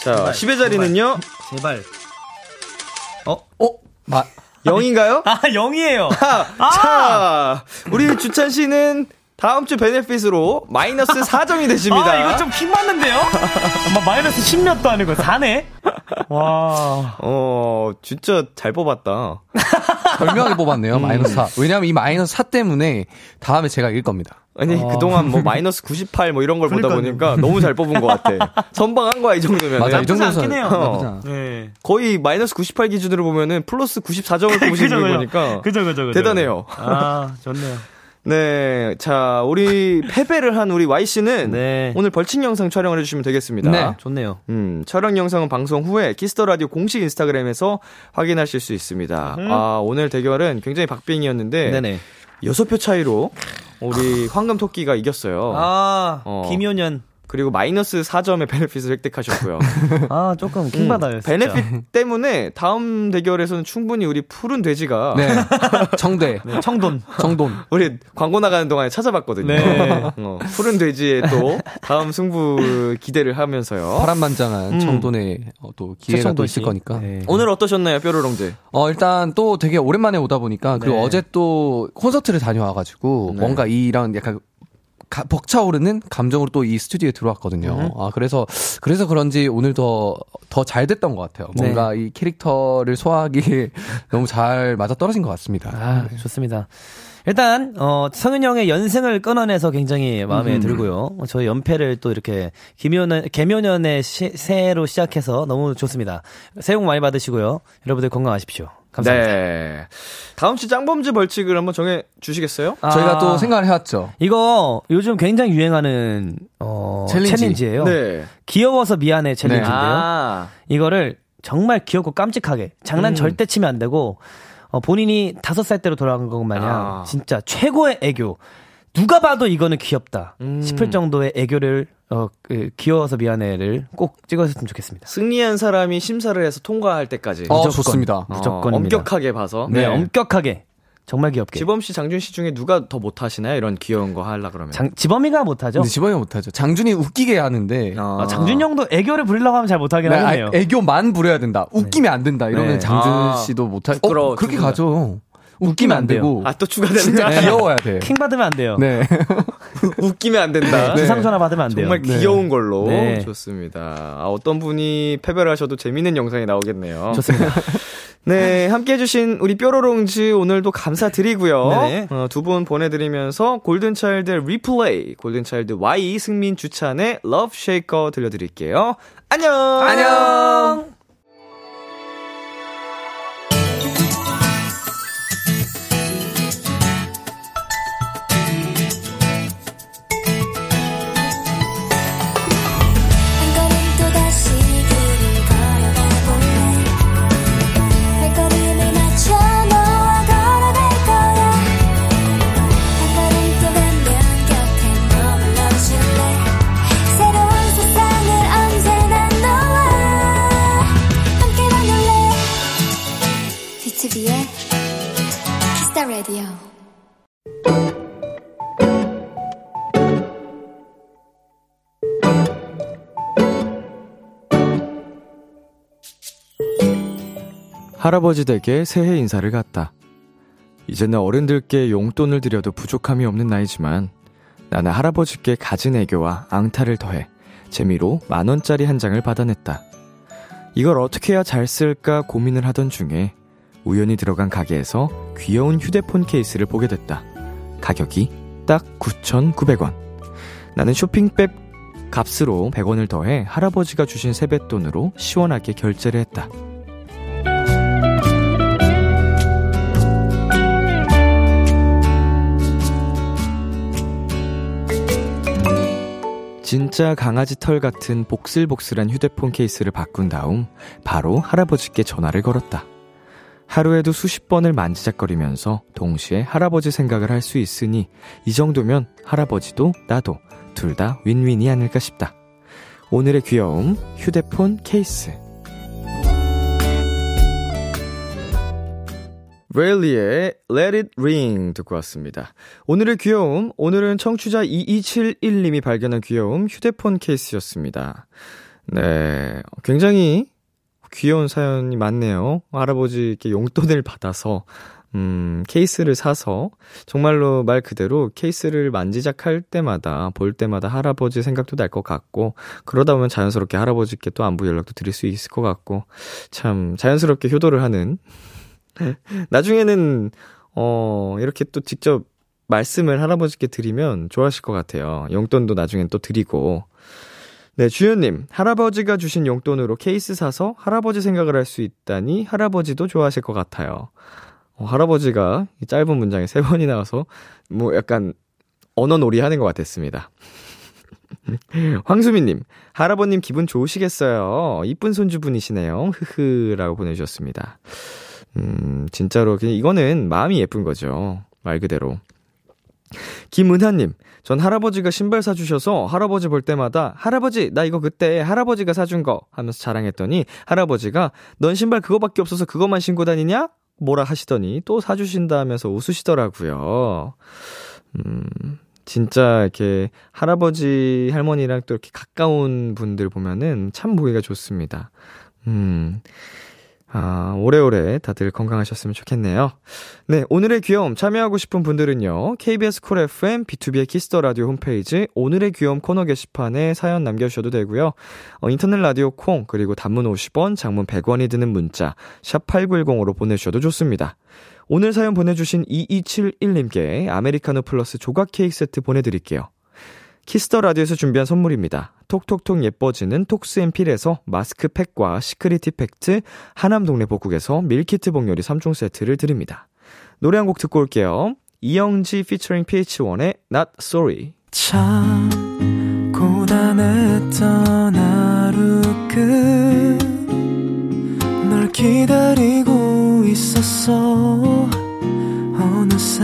자, 10회 자리는요, 제발. 어? 마, 0인가요? 아 0이에요. 아! 자, 우리 주찬 씨는 다음 주 베네핏으로 마이너스 4점이 되십니다. 아 이거 좀킹 맞는데요? 아마 마이너스 10몇도 아니고 4네. 와. 어, 진짜 잘 뽑았다. 절묘하게 음. 뽑았네요. 마이너스 4. 왜냐면 이 마이너스 4 때문에 다음에 제가 이길 겁니다. 아니, 어. 그동안 뭐 마이너스 98 뭐 이런 걸 보다 보니까 너무 잘 뽑은 것 같아. 선방한 거야, 이 어. 정도면. 맞아, 이 정도는 않긴 해요. 나쁘지 않아. 네. 거의 마이너스 98 기준으로 보면은 플러스 94점을 뽑으신 그죠, 분 그죠. 보니까 그죠 그죠 그죠. 대단해요. 아 좋네요. 네, 자 우리 패배를 한 우리 Y 씨는 네. 오늘 벌칙 영상 촬영을 해주시면 되겠습니다. 아, 네. 좋네요. 음, 촬영 영상은 방송 후에 키스터 라디오 공식 인스타그램에서 확인하실 수 있습니다. 아 오늘 대결은 굉장히 박빙이었는데 음. 네네. 여섯 표 차이로 우리 황금 토끼가 이겼어요. 아 어. 김효년. 그리고 마이너스 4점의 베네핏을 획득하셨고요. 아 조금 킹 받아요. 진짜. 음, 베네핏 때문에 다음 대결에서는 충분히 우리 푸른 아. 돼지가 네. 정대. 청돈. 정돈. 어? 우리 광고 나가는 동안에 찾아봤거든요. 네. 어, 푸른 돼지의 또 다음 승부 기대를 하면서요. 음. 파란만장한 정돈의 어, 또 기회가 또 있을 거니까. 네. 오늘 어떠셨나요, 뾰로롱제? 어, 일단 또 되게 오랜만에 오다 보니까 그리고 어제 또 콘서트를 다녀와가지고 뭔가 이런 약간 가- 벅차오르는 감정으로 또 이 스튜디오에 들어왔거든요. 아, 그래서, 그래서 그런지 오늘 더, 더 잘 됐던 것 같아요. 뭔가 이 캐릭터를 소화하기 너무 잘 맞아 떨어진 것 같습니다. 아, 좋습니다. 일단 어 성윤 형의 연승을 끊어내서 굉장히 마음에 들고요. 어, 저의 연패를 또 이렇게 김효년 개묘년의 시- 새해로 시작해서 너무 좋습니다. 새해 복 많이 받으시고요. 여러분들 건강하십시오. 감사합니다. 네. 다음 주 짱범즈 벌칙을 한번 정해 주시겠어요? 저희가 아, 또 생각을 해왔죠. 이거 요즘 굉장히 유행하는 어 챌린지. 챌린지. 예요 네. 귀여워서 미안해 챌린지인데요. 아. 이거를 정말 귀엽고 깜찍하게 장난 절대 치면 안 되고 어, 본인이 다섯 살 때로 돌아간 것 마냥 아. 진짜 최고의 애교 누가 봐도 이거는 귀엽다 싶을 정도의 애교를 어, 그, 귀여워서 미안해를 꼭 찍어줬으면 좋겠습니다. 승리한 사람이 심사를 해서 통과할 때까지. 어, 좋습니다. 어, 무조건입니다. 엄격하게 봐서. 네, 엄격하게 정말 귀엽게. 지범 씨, 장준 씨 중에 누가 더 못하시나요? 이런 귀여운 거 하려 그러면. 장, 지범이가 못하죠. 근데 네, 지범이가 못하죠. 장준이 웃기게 하는데. 아, 장준 형도 애교를 부리려고 하면 잘 못하긴 네, 하겠네요. 아, 애교만 부려야 된다. 웃기면 안 된다. 이러면 네. 장준 아, 씨도 못할. 부끄러워 어, 그렇게 죽는다. 가죠. 웃기면 안 안 돼요. 되고. 아, 또 추가되는 진짜 거 귀여워야 네, 돼. 킹 받으면 안 돼요. 네. 웃기면 안 된다. 네. 주상 전화 받으면 안 돼요. 정말 귀여운 걸로 네. 좋습니다. 아, 어떤 분이 패배를 하셔도 재밌는 영상이 나오겠네요. 좋습니다. 네, 함께 해주신 우리 뾰로롱즈 오늘도 감사드리고요. 어, 네네. 두 분 보내드리면서 골든차일드 리플레이, 골든차일드 Y 승민 주찬의 러브 쉐이커 들려드릴게요. 안녕! 안녕! 한 걸음 또다시 길을 걸어가 볼래 발걸음을 맞춰 너와 걸어갈 거야 한 걸음 또 가면 곁에 머물러 줄래 새로운 세상을 언제나 너와 함께 만들래 BTOB의 키스 더 라디오 할아버지 댁에 새해 인사를 갔다. 이제는 어른들께 용돈을 드려도 부족함이 없는 나이지만 나는 할아버지께 가진 애교와 앙탈을 더해 재미로 만 원짜리 한 장을 받아냈다. 이걸 어떻게 해야 잘 쓸까 고민을 하던 중에 우연히 들어간 가게에서 귀여운 휴대폰 케이스를 보게 됐다. 가격이 딱 9,900원. 나는 쇼핑백 값으로 100원을 더해 할아버지가 주신 세뱃돈으로 시원하게 결제를 했다. 진짜 강아지 털 같은 복슬복슬한 휴대폰 케이스를 바꾼 다음 바로 할아버지께 전화를 걸었다. 하루에도 수십 번을 만지작거리면서 동시에 할아버지 생각을 할 수 있으니 이 정도면 할아버지도 나도 둘 다 윈윈이 아닐까 싶다. 오늘의 귀여움 휴대폰 케이스 레일리의 Let It Ring 듣고 왔습니다. 오늘의 귀여움, 오늘은 청취자 2271님이 발견한 귀여움 휴대폰 케이스였습니다. 네, 굉장히 귀여운 사연이 많네요. 할아버지께 용돈을 받아서 음, 케이스를 사서 정말로 말 그대로 케이스를 만지작할 때마다 볼 때마다 할아버지 생각도 날 것 같고 그러다 보면 자연스럽게 할아버지께 또 안부 연락도 드릴 수 있을 것 같고 참 자연스럽게 효도를 하는 나중에는 어 이렇게 또 직접 말씀을 할아버지께 드리면 좋아하실 것 같아요. 용돈도 나중엔 또 드리고. 네, 주연님. 할아버지가 주신 용돈으로 케이스 사서 할아버지 생각을 할 수 있다니 할아버지도 좋아하실 것 같아요. 어, 할아버지가 이 짧은 문장에 세 번이 나와서 뭐 약간 언어놀이 하는 것 같았습니다. 황수민님, 할아버님 기분 좋으시겠어요. 이쁜 손주분이시네요. 흐흐라고 보내주셨습니다. 음, 진짜로 그냥 이거는 마음이 예쁜 거죠. 말 그대로. 김은하님, 전 할아버지가 신발 사주셔서 할아버지 볼 때마다 할아버지 나 이거 그때 할아버지가 사준 거 하면서 자랑했더니 할아버지가 넌 신발 그거밖에 없어서 그것만 신고 다니냐? 뭐라 하시더니 또 사주신다 하면서 웃으시더라고요. 음, 진짜 이렇게 할아버지 할머니랑 또 이렇게 가까운 분들 보면은 참 보기가 좋습니다. 음. 아, 오래오래 다들 건강하셨으면 좋겠네요. 네, 오늘의 귀여움 참여하고 싶은 분들은요. KBS 쿨 FM B2B의 키스터 라디오 홈페이지 오늘의 귀여움 코너 게시판에 사연 남겨 주셔도 되고요. 어, 인터넷 라디오 콩 그리고 단문 50원, 장문 100원이 드는 문자 샵 8910으로 보내 주셔도 좋습니다. 오늘 사연 보내 주신 2271님께 아메리카노 플러스 조각 케이크 세트 보내 드릴게요. 키스터 라디오에서 준비한 선물입니다. 톡톡톡 예뻐지는 톡스앤필에서 마스크팩과 시크릿 팩트, 하남동네 복국에서 밀키트 복요리 3종 세트를 드립니다. 노래 한 곡 듣고 올게요. 이영지 피처링 PH1의 Not Sorry. 참 고단했던 하루 끝 널 기다리고 있었어 어느새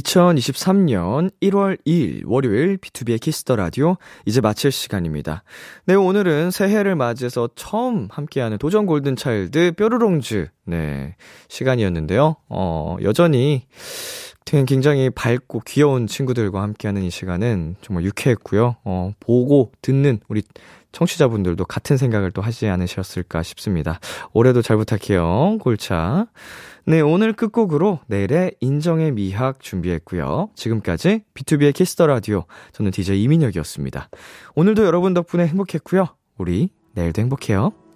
2023년 1월 2일 월요일 B2B의 키스터 라디오 이제 마칠 시간입니다. 네, 오늘은 새해를 맞이해서 처음 함께하는 도전 골든 차일드 뾰루롱즈 네, 시간이었는데요. 어, 여전히 되게 굉장히 밝고 귀여운 친구들과 함께하는 이 시간은 정말 유쾌했고요. 어, 보고 듣는 우리 청취자분들도 같은 생각을 또 하지 않으셨을까 싶습니다. 올해도 잘 부탁해요. 골차. 네, 오늘 끝곡으로 내일의 인정의 미학 준비했고요. 지금까지 B2B의 키스터 라디오. 저는 DJ 이민혁이었습니다. 오늘도 여러분 덕분에 행복했고요. 우리 내일도 행복해요.